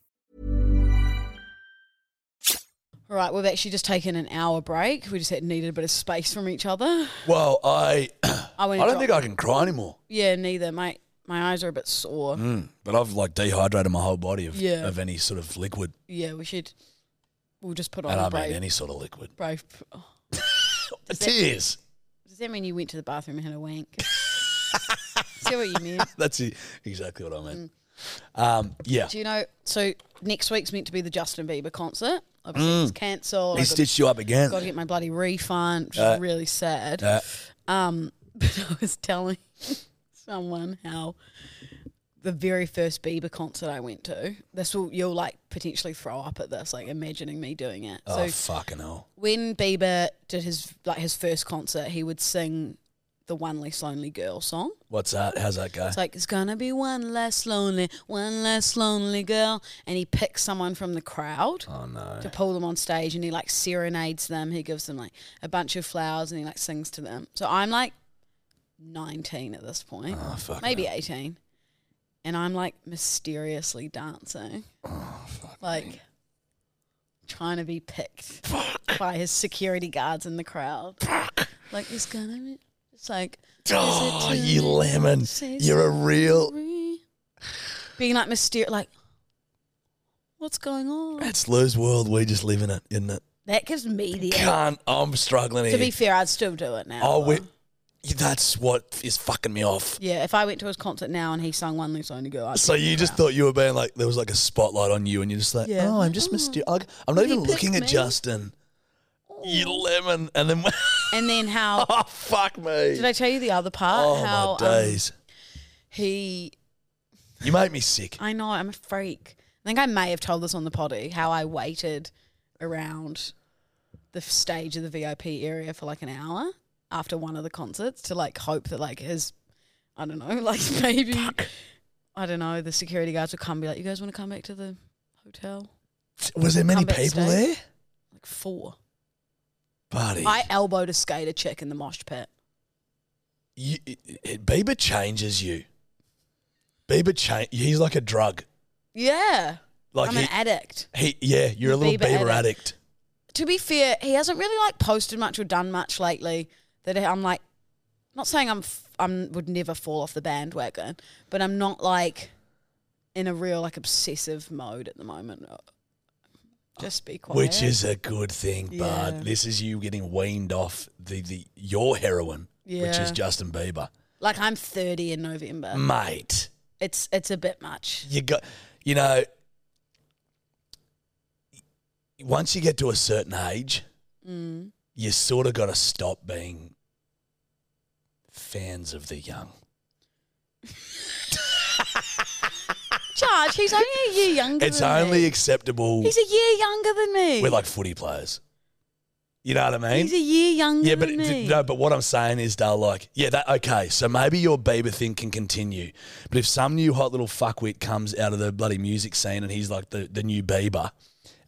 Speaker 2: All right, we've actually just taken an hour break. We just had needed a bit of space from each other.
Speaker 3: Well, I
Speaker 2: I
Speaker 3: I,
Speaker 2: went and
Speaker 3: don't
Speaker 2: dropped-
Speaker 3: think I can cry anymore.
Speaker 2: Yeah, neither. My my eyes are a bit sore.
Speaker 3: Mm, but I've like dehydrated my whole body of,
Speaker 2: Yeah.
Speaker 3: of any sort of liquid,
Speaker 2: Yeah, we should. We'll just put on
Speaker 3: and
Speaker 2: a
Speaker 3: I
Speaker 2: brave.
Speaker 3: mean any sort of liquid.
Speaker 2: brave. oh,
Speaker 3: Tears.
Speaker 2: Does that mean you went to the bathroom and had a wank? See what you meant.
Speaker 3: That's e- exactly what I meant. Um, yeah,
Speaker 2: Do Mm. you know? So next week's meant to be the Justin Bieber concert. Obviously,
Speaker 3: Mm.
Speaker 2: it's cancelled.
Speaker 3: he stitched you up again.
Speaker 2: Got to get my bloody refund, which
Speaker 3: Uh,
Speaker 2: is really sad.
Speaker 3: Uh,
Speaker 2: Um, but I was telling someone how the very first Bieber concert I went to. This will you'll like potentially throw up at this, like imagining me doing it.
Speaker 3: oh
Speaker 2: so
Speaker 3: fucking hell!
Speaker 2: when Bieber did his like his first concert, he would sing the "One Less Lonely Girl" song.
Speaker 3: What's that? How's that go?
Speaker 2: It's like it's gonna be one less lonely, one less lonely girl, and he picks someone from the crowd
Speaker 3: oh no!
Speaker 2: to pull them on stage and he like serenades them. He gives them like a bunch of flowers and he like sings to them. So I'm like 19 at this point,
Speaker 3: Oh fuck!
Speaker 2: maybe 18. And I'm like mysteriously dancing,
Speaker 3: Oh, fuck
Speaker 2: like
Speaker 3: me.
Speaker 2: trying to be picked by his security guards in the crowd. Like, it's gonna be, it's like,
Speaker 3: Oh,
Speaker 2: is it
Speaker 3: you
Speaker 2: too
Speaker 3: lemon!
Speaker 2: say
Speaker 3: You're a real.
Speaker 2: sorry? being like mysterious, like, what's going on?
Speaker 3: That's Lou's world. We just live in it, isn't it?
Speaker 2: That gives me the
Speaker 3: Can't. I'm struggling
Speaker 2: To
Speaker 3: here.
Speaker 2: be fair, I'd still do it now.
Speaker 3: oh,
Speaker 2: though.
Speaker 3: we, that's what is fucking me off.
Speaker 2: Yeah, if I went to his concert now and he sung One Less Lonely Girl, I'd
Speaker 3: So you just thought you were being like there was like a spotlight on you, and you're just like,
Speaker 2: Yeah.
Speaker 3: oh, I'm just
Speaker 2: Oh.
Speaker 3: mysterious. Like, I'm not
Speaker 2: He
Speaker 3: even looking
Speaker 2: picked
Speaker 3: at
Speaker 2: me. Oh.
Speaker 3: Justin. You lemon, and then
Speaker 2: And then how
Speaker 3: oh fuck me.
Speaker 2: Oh. did I tell you the other part?
Speaker 3: oh
Speaker 2: how
Speaker 3: my
Speaker 2: um,
Speaker 3: days!
Speaker 2: he,
Speaker 3: you make me sick.
Speaker 2: I know, I'm a freak. I think I may have told this on the potty how I waited around the f- stage of the VIP area for like an hour after one of the concerts to like hope that like his, I don't know, like maybe I don't know, the security guards would come and be like, you guys want to come back to the hotel?
Speaker 3: Was there many
Speaker 2: Come
Speaker 3: people
Speaker 2: backstage.
Speaker 3: there?
Speaker 2: Like four.
Speaker 3: Buddy,
Speaker 2: I elbowed a skater chick in the mosh pit.
Speaker 3: you, it, it- Bieber changes you. Bieber change. He's like a drug.
Speaker 2: Yeah,
Speaker 3: Like
Speaker 2: I'm
Speaker 3: he,
Speaker 2: an addict.
Speaker 3: he, yeah, you're a little
Speaker 2: Bieber
Speaker 3: Bieber,
Speaker 2: addict.
Speaker 3: addict.
Speaker 2: to be fair, he hasn't really like posted much or done much lately. That I'm like, not saying I'm f- I'm would never fall off the bandwagon, but I'm not like in a real like obsessive mode at the moment. Uh, Just be quiet.
Speaker 3: Which is a good thing,
Speaker 2: Yeah.
Speaker 3: but this is you getting weaned off the, the your heroin, which
Speaker 2: Yeah.
Speaker 3: is Justin Bieber.
Speaker 2: like I'm 30 in November.
Speaker 3: Mm. Mate,
Speaker 2: It's it's a bit much.
Speaker 3: you got you know once you get to a certain age,
Speaker 2: Mm.
Speaker 3: you sort of got to stop being fans of the young.
Speaker 2: Charge. He's only a year younger.
Speaker 3: It's
Speaker 2: than me.
Speaker 3: only acceptable
Speaker 2: He's a year younger than me.
Speaker 3: we're like footy players. You know what I mean?
Speaker 2: He's a year younger
Speaker 3: Yeah, but
Speaker 2: than
Speaker 3: th-
Speaker 2: me.
Speaker 3: no, but what I'm saying is they're like, yeah, that okay. So maybe your Bieber thing can continue, but if some new hot little fuckwit comes out of the bloody music scene and he's like the, the new Bieber,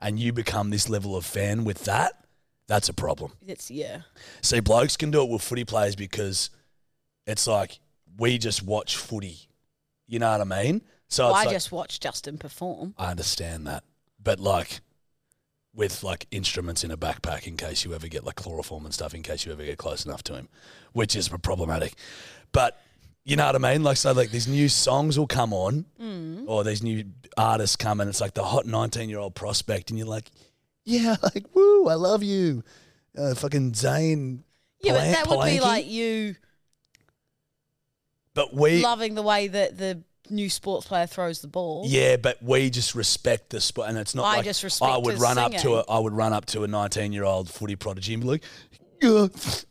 Speaker 3: and you become this level of fan with that, that's a problem.
Speaker 2: It's yeah.
Speaker 3: See, blokes can do it with footy players because it's like we just watch footy. You know what I mean? So
Speaker 2: Well,
Speaker 3: it's
Speaker 2: I
Speaker 3: like,
Speaker 2: just watched Justin perform.
Speaker 3: I understand that, but like with like instruments in a backpack in case you ever get like chloroform and stuff in case you ever get close enough to him, which is problematic. But you know what I mean? Like so, like these new songs will come on,
Speaker 2: Mm.
Speaker 3: or these new artists come, and it's like the hot nineteen-year-old prospect, and you're like, yeah, like woo, I love you, uh, fucking Zane.
Speaker 2: Yeah,
Speaker 3: Plan-
Speaker 2: but that would
Speaker 3: Palanke.
Speaker 2: be like you.
Speaker 3: But we
Speaker 2: loving the way that the new sports player throws the ball.
Speaker 3: Yeah, but we just respect the sport, and it's not.
Speaker 2: I
Speaker 3: like
Speaker 2: just respect
Speaker 3: I would
Speaker 2: his
Speaker 3: run up to
Speaker 2: singing.
Speaker 3: a. I would run up to a nineteen-year-old footy prodigy and be like, "Uh,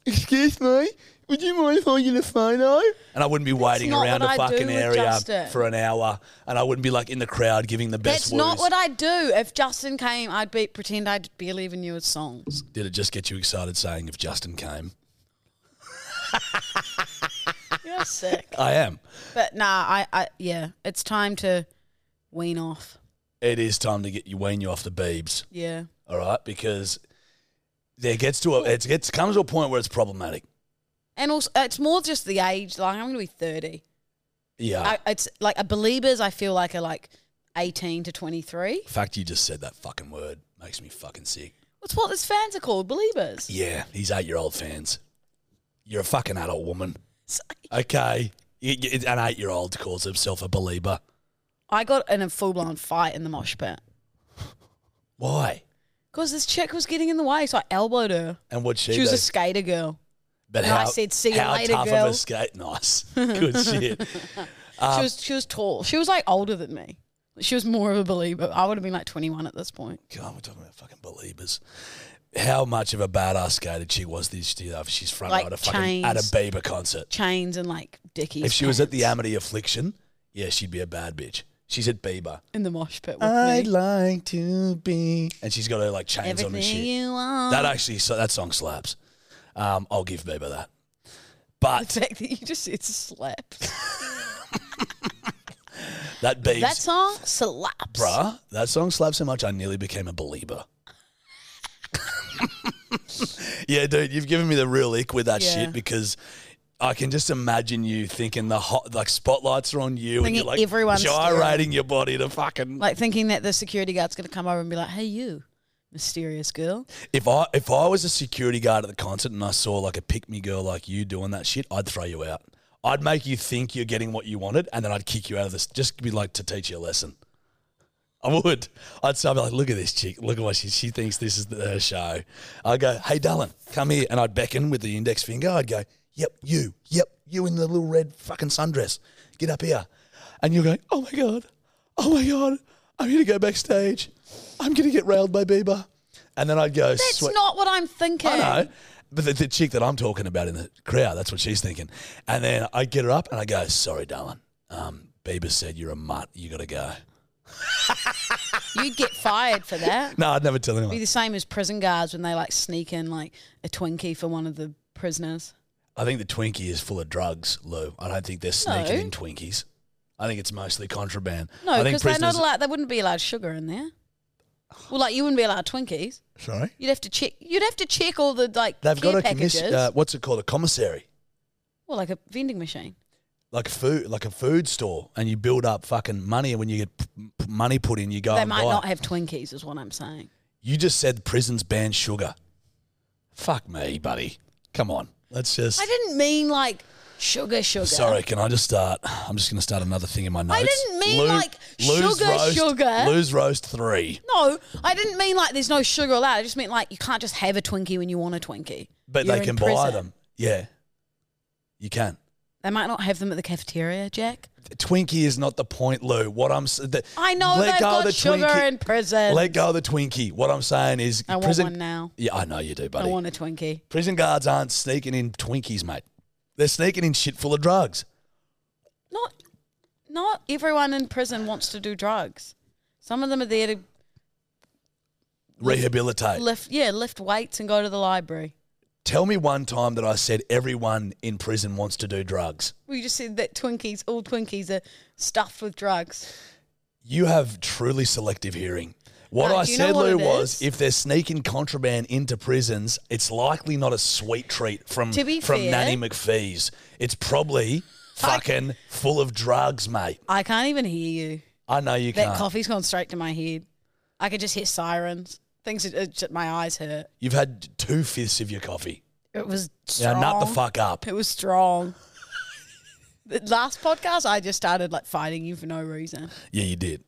Speaker 3: "Excuse me, would you mind if I get a photo?" And I wouldn't be waiting
Speaker 2: not
Speaker 3: around a
Speaker 2: what I do
Speaker 3: fucking
Speaker 2: with
Speaker 3: area
Speaker 2: Justin.
Speaker 3: for an hour, and I wouldn't be like in the crowd giving the best.
Speaker 2: That's not
Speaker 3: woos.
Speaker 2: what I do. If Justin came, I'd be pretend I barely even knew his songs.
Speaker 3: Did it just get you excited saying if Justin came?
Speaker 2: You're sick.
Speaker 3: I am.
Speaker 2: But nah, I, I yeah, it's time to wean off.
Speaker 3: it is time to get you wean you off the beebs.
Speaker 2: Yeah.
Speaker 3: All right, because there gets to a it gets comes to a point where it's problematic.
Speaker 2: And also, it's more just the age. Like, I'm going to be 30.
Speaker 3: Yeah.
Speaker 2: I, it's like a believers, I feel like, are like 18 to 23.
Speaker 3: the fact you just said that fucking word makes me fucking sick.
Speaker 2: It's what his fans are called, believers.
Speaker 3: Yeah, these eight year old fans. You're a fucking adult woman. Okay. You- you- An eight year old calls himself a believer.
Speaker 2: I got in a full blown fight in the mosh pit
Speaker 3: Why?
Speaker 2: because this chick was getting in the way. So I elbowed her.
Speaker 3: And what she
Speaker 2: She was
Speaker 3: do?
Speaker 2: a skater girl.
Speaker 3: But
Speaker 2: and I said, "See you
Speaker 3: how
Speaker 2: later,
Speaker 3: tough of
Speaker 2: girl."
Speaker 3: a skate. Nice. Good shit. Um,
Speaker 2: she was she was tall. She was like older than me. She was more of a believer. I would have been like 21 at this point.
Speaker 3: God, we're talking about fucking believers. How much of a badass skater she was this year after she's front
Speaker 2: Like
Speaker 3: row at a fucking at
Speaker 2: chains.
Speaker 3: a Bieber concert.
Speaker 2: Chains and like dickies.
Speaker 3: If she was at the
Speaker 2: pants
Speaker 3: Amity Affliction, yeah, she'd be a bad bitch. She's at Bieber.
Speaker 2: in the mosh pit with
Speaker 3: I'd
Speaker 2: me.
Speaker 3: like to be, and she's got her like chains on and
Speaker 2: Everything
Speaker 3: shit.
Speaker 2: you want.
Speaker 3: That actually, so that song slaps. Um, I'll give Bieber that.
Speaker 2: the
Speaker 3: But
Speaker 2: fact that you just said slap.
Speaker 3: that beats,
Speaker 2: that song slaps.
Speaker 3: bruh, that song slaps so much I nearly became a believer. yeah, dude, you've given me the real ick with that
Speaker 2: Yeah.
Speaker 3: shit because I can just imagine you thinking the hot like spotlights are on you and
Speaker 2: Thinking
Speaker 3: you're like
Speaker 2: everyone's
Speaker 3: gyrating your body to fucking
Speaker 2: Like thinking that the security guard's going to come over and be like, hey, you, mysterious girl.
Speaker 3: If I if I was a security guard at the concert and I saw like a pick me girl like you doing that shit, I'd throw you out. I'd make you think you're getting what you wanted, and then I'd kick you out of this. Just be like to teach you a lesson. I would. I'd say, I'd be like, look at this chick. Look at what she she thinks this is the, her show. I'd go, hey, Dylan, come here, and I'd beckon with the index finger. I'd go, yep, you, yep, you in the little red fucking sundress. Get up here, and you're going, oh my god, oh my god, I'm gonna go backstage. I'm gonna get railed by Bieber, and then I'd go,
Speaker 2: That's
Speaker 3: "Sweet-
Speaker 2: not what I'm thinking.
Speaker 3: I know. But the, the chick that I'm talking about in the crowd, that's what she's thinking. And then I get her up and I go, sorry, darling. Um, Bieber said you're a mutt. You got to go.
Speaker 2: You'd get fired for that.
Speaker 3: No, I'd never tell
Speaker 2: Be
Speaker 3: anyone.
Speaker 2: the same as prison guards when they like sneak in like a Twinkie for one of the prisoners.
Speaker 3: I think the Twinkie is full of drugs, Lou. I don't think they're sneaking
Speaker 2: No.
Speaker 3: in Twinkies. I think it's mostly contraband.
Speaker 2: No,
Speaker 3: I think
Speaker 2: because they're not allowed. They wouldn't be allowed sugar in there. Well, like you wouldn't be allowed Twinkies.
Speaker 3: Sorry?
Speaker 2: You'd have to check. You'd have to check all the like
Speaker 3: They've
Speaker 2: care
Speaker 3: got a
Speaker 2: packages.
Speaker 3: commission, uh, what's it called? A commissary.
Speaker 2: well, like a vending machine.
Speaker 3: Like a food, like a food store, and you build up fucking money. And when you get p- p- money put in, you go.
Speaker 2: they
Speaker 3: and
Speaker 2: might
Speaker 3: buy.
Speaker 2: not have Twinkies, is what I'm saying.
Speaker 3: You just said prisons ban sugar. Fuck me, buddy. Come on. Let's just.
Speaker 2: I didn't mean like sugar, sugar.
Speaker 3: Sorry, can I just start? I'm just going to start another thing in my notes.
Speaker 2: didn't mean, like, sugar,
Speaker 3: roast,
Speaker 2: sugar.
Speaker 3: Lose roast three.
Speaker 2: No, I didn't mean like there's no sugar allowed. I just meant like you can't just have a Twinkie when you want a Twinkie.
Speaker 3: But
Speaker 2: You're
Speaker 3: they
Speaker 2: in
Speaker 3: can buy
Speaker 2: prison.
Speaker 3: them. Yeah. You can.
Speaker 2: They might not have them at the cafeteria, Jack.
Speaker 3: Twinkie is not the point, Lou. What I'm s- the,
Speaker 2: I know
Speaker 3: let
Speaker 2: they've
Speaker 3: go of
Speaker 2: got
Speaker 3: the
Speaker 2: sugar
Speaker 3: Twinkie.
Speaker 2: in prison.
Speaker 3: Let go of the Twinkie. What I'm saying is,
Speaker 2: I want
Speaker 3: prison.
Speaker 2: one now.
Speaker 3: Yeah, I know you do, buddy.
Speaker 2: I want a Twinkie.
Speaker 3: prison guards aren't sneaking in Twinkies, mate. They're sneaking in shit full of drugs.
Speaker 2: Not, not everyone in prison wants to do drugs. Some of them are there to
Speaker 3: Rehabilitate.
Speaker 2: lift, yeah, lift weights and go to the library.
Speaker 3: Tell me one time that I said everyone in prison wants to do drugs.
Speaker 2: We just said that Twinkies, all Twinkies are stuffed with drugs.
Speaker 3: You have truly selective hearing. What
Speaker 2: No,
Speaker 3: I
Speaker 2: do you know
Speaker 3: said,
Speaker 2: what
Speaker 3: Lou,
Speaker 2: it
Speaker 3: was
Speaker 2: is?
Speaker 3: if they're sneaking contraband into prisons, it's likely not a sweet treat from
Speaker 2: To be
Speaker 3: from
Speaker 2: fair-
Speaker 3: Nanny McPhee's. It's probably fucking full of drugs, mate.
Speaker 2: I can't even hear you.
Speaker 3: I know you
Speaker 2: that
Speaker 3: can't.
Speaker 2: coffee's gone straight to my head. I could just hear sirens. Things, it, it, my eyes hurt.
Speaker 3: You've had two fifths of your coffee.
Speaker 2: It was
Speaker 3: Now
Speaker 2: strong.
Speaker 3: nut the fuck up.
Speaker 2: It was strong. the last podcast, I just started like fighting you for no reason.
Speaker 3: Yeah, you did.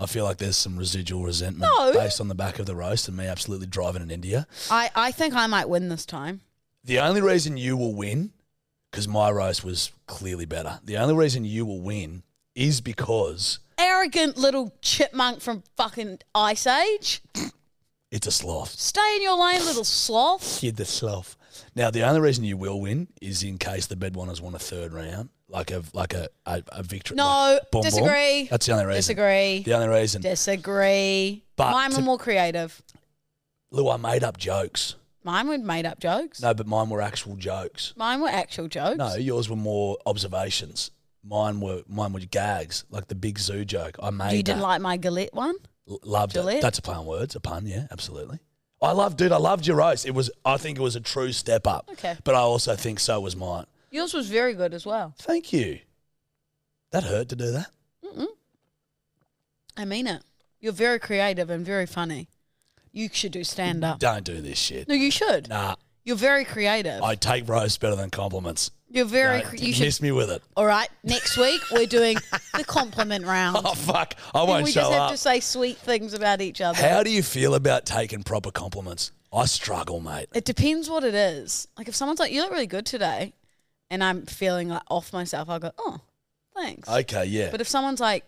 Speaker 3: I feel like there's some residual resentment
Speaker 2: No.
Speaker 3: based on the back of the roast and me absolutely driving in India.
Speaker 2: I, I think I might win this time.
Speaker 3: The only reason you will win, because my roast was clearly better. The only reason you will win is because
Speaker 2: Arrogant little chipmunk from fucking Ice Age.
Speaker 3: it's a sloth.
Speaker 2: Stay in your lane, little sloth.
Speaker 3: Kid the sloth. Now the only reason you will win is in case the bedwanners won a third round, like a like a a, a victory.
Speaker 2: No,
Speaker 3: like boom, boom.
Speaker 2: disagree.
Speaker 3: That's the only reason.
Speaker 2: Disagree.
Speaker 3: The only reason.
Speaker 2: Disagree.
Speaker 3: But
Speaker 2: Mine
Speaker 3: to-
Speaker 2: were more creative.
Speaker 3: Lou, I made up jokes.
Speaker 2: Mine were made up jokes.
Speaker 3: No, but mine were actual jokes.
Speaker 2: Mine were actual jokes.
Speaker 3: No, yours were more observations. Mine were mine were gags, like the big zoo joke. I made.
Speaker 2: you didn't
Speaker 3: that.
Speaker 2: like my Gillette one?
Speaker 3: L- loved
Speaker 2: Gillette?
Speaker 3: it. That's a play on words, a pun. Yeah, absolutely. I loved, dude. I loved your roast. It was. I think it was a true step up.
Speaker 2: Okay.
Speaker 3: But I also think so was mine.
Speaker 2: Yours was very good as well.
Speaker 3: Thank you. That hurt to do that.
Speaker 2: Mm-mm. I mean it. You're very creative and very funny. You should do stand up.
Speaker 3: Don't do this shit.
Speaker 2: No, you should.
Speaker 3: Nah,
Speaker 2: You're very creative.
Speaker 3: I take roast better than compliments.
Speaker 2: You're very.
Speaker 3: No,
Speaker 2: cre-
Speaker 3: you
Speaker 2: you should.
Speaker 3: miss me with it.
Speaker 2: All right. Next week we're doing the compliment round.
Speaker 3: Oh fuck! I
Speaker 2: Then
Speaker 3: won't
Speaker 2: we
Speaker 3: show
Speaker 2: just have
Speaker 3: up.
Speaker 2: to say sweet things about each other.
Speaker 3: How do you feel about taking proper compliments? I struggle, mate.
Speaker 2: It depends what it is. Like if someone's like, "You look really good today," and I'm feeling like off myself, I'll go, "Oh, thanks."
Speaker 3: Okay, yeah.
Speaker 2: But if someone's like,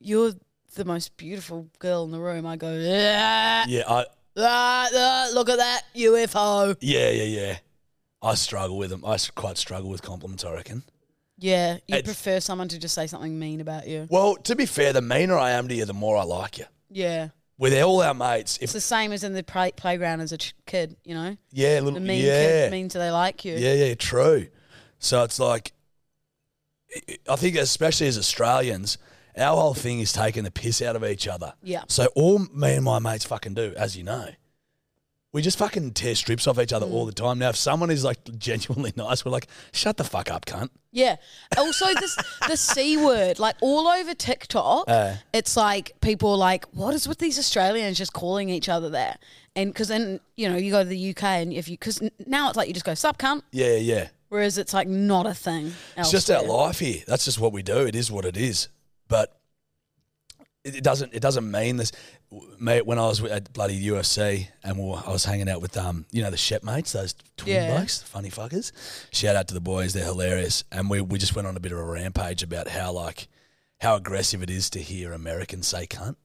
Speaker 2: "You're the most beautiful girl in the room," I go, "Yeah,
Speaker 3: yeah, I
Speaker 2: ah, ah, look at that UFO."
Speaker 3: yeah, yeah, yeah. I struggle with them. I s- quite struggle with compliments, I reckon.
Speaker 2: Yeah, you
Speaker 3: It's-
Speaker 2: prefer someone to just say something mean about you.
Speaker 3: Well, to be fair, the meaner I am to you, the more I like you.
Speaker 2: Yeah,
Speaker 3: With all our mates,
Speaker 2: it's
Speaker 3: if
Speaker 2: the same as in the play- playground as a ch- kid. You know,
Speaker 3: yeah,
Speaker 2: the
Speaker 3: little
Speaker 2: mean
Speaker 3: yeah,
Speaker 2: kid means they like you.
Speaker 3: Yeah, yeah, true. So it's like, I think especially as Australians, our whole thing is taking the piss out of each other.
Speaker 2: Yeah.
Speaker 3: So all me and my mates fucking do, as you know, we just fucking tear strips off each other all
Speaker 2: Mm.
Speaker 3: the time. Now, if someone is like genuinely nice, we're like, shut the fuck up, cunt.
Speaker 2: Yeah. Also, this the c word, like all over TikTok,
Speaker 3: Uh.
Speaker 2: it's like people are like, what is with these Australians just calling each other that? And because then you know you go to the UK and if you because now it's like you just go sub cunt,
Speaker 3: Yeah, yeah.
Speaker 2: whereas it's like not a thing.
Speaker 3: It's just our
Speaker 2: elsewhere.
Speaker 3: life here. That's just what we do. It is what it is. But it, it doesn't. It doesn't mean this. W- Mate, when I was with- at bloody UFC and we were, I was hanging out with um, you know, the Shep mates, those twin
Speaker 2: Yeah.
Speaker 3: blokes, funny fuckers. Shout out to the boys, they're hilarious. And we we just went on a bit of a rampage about how like how aggressive it is to hear Americans say cunt.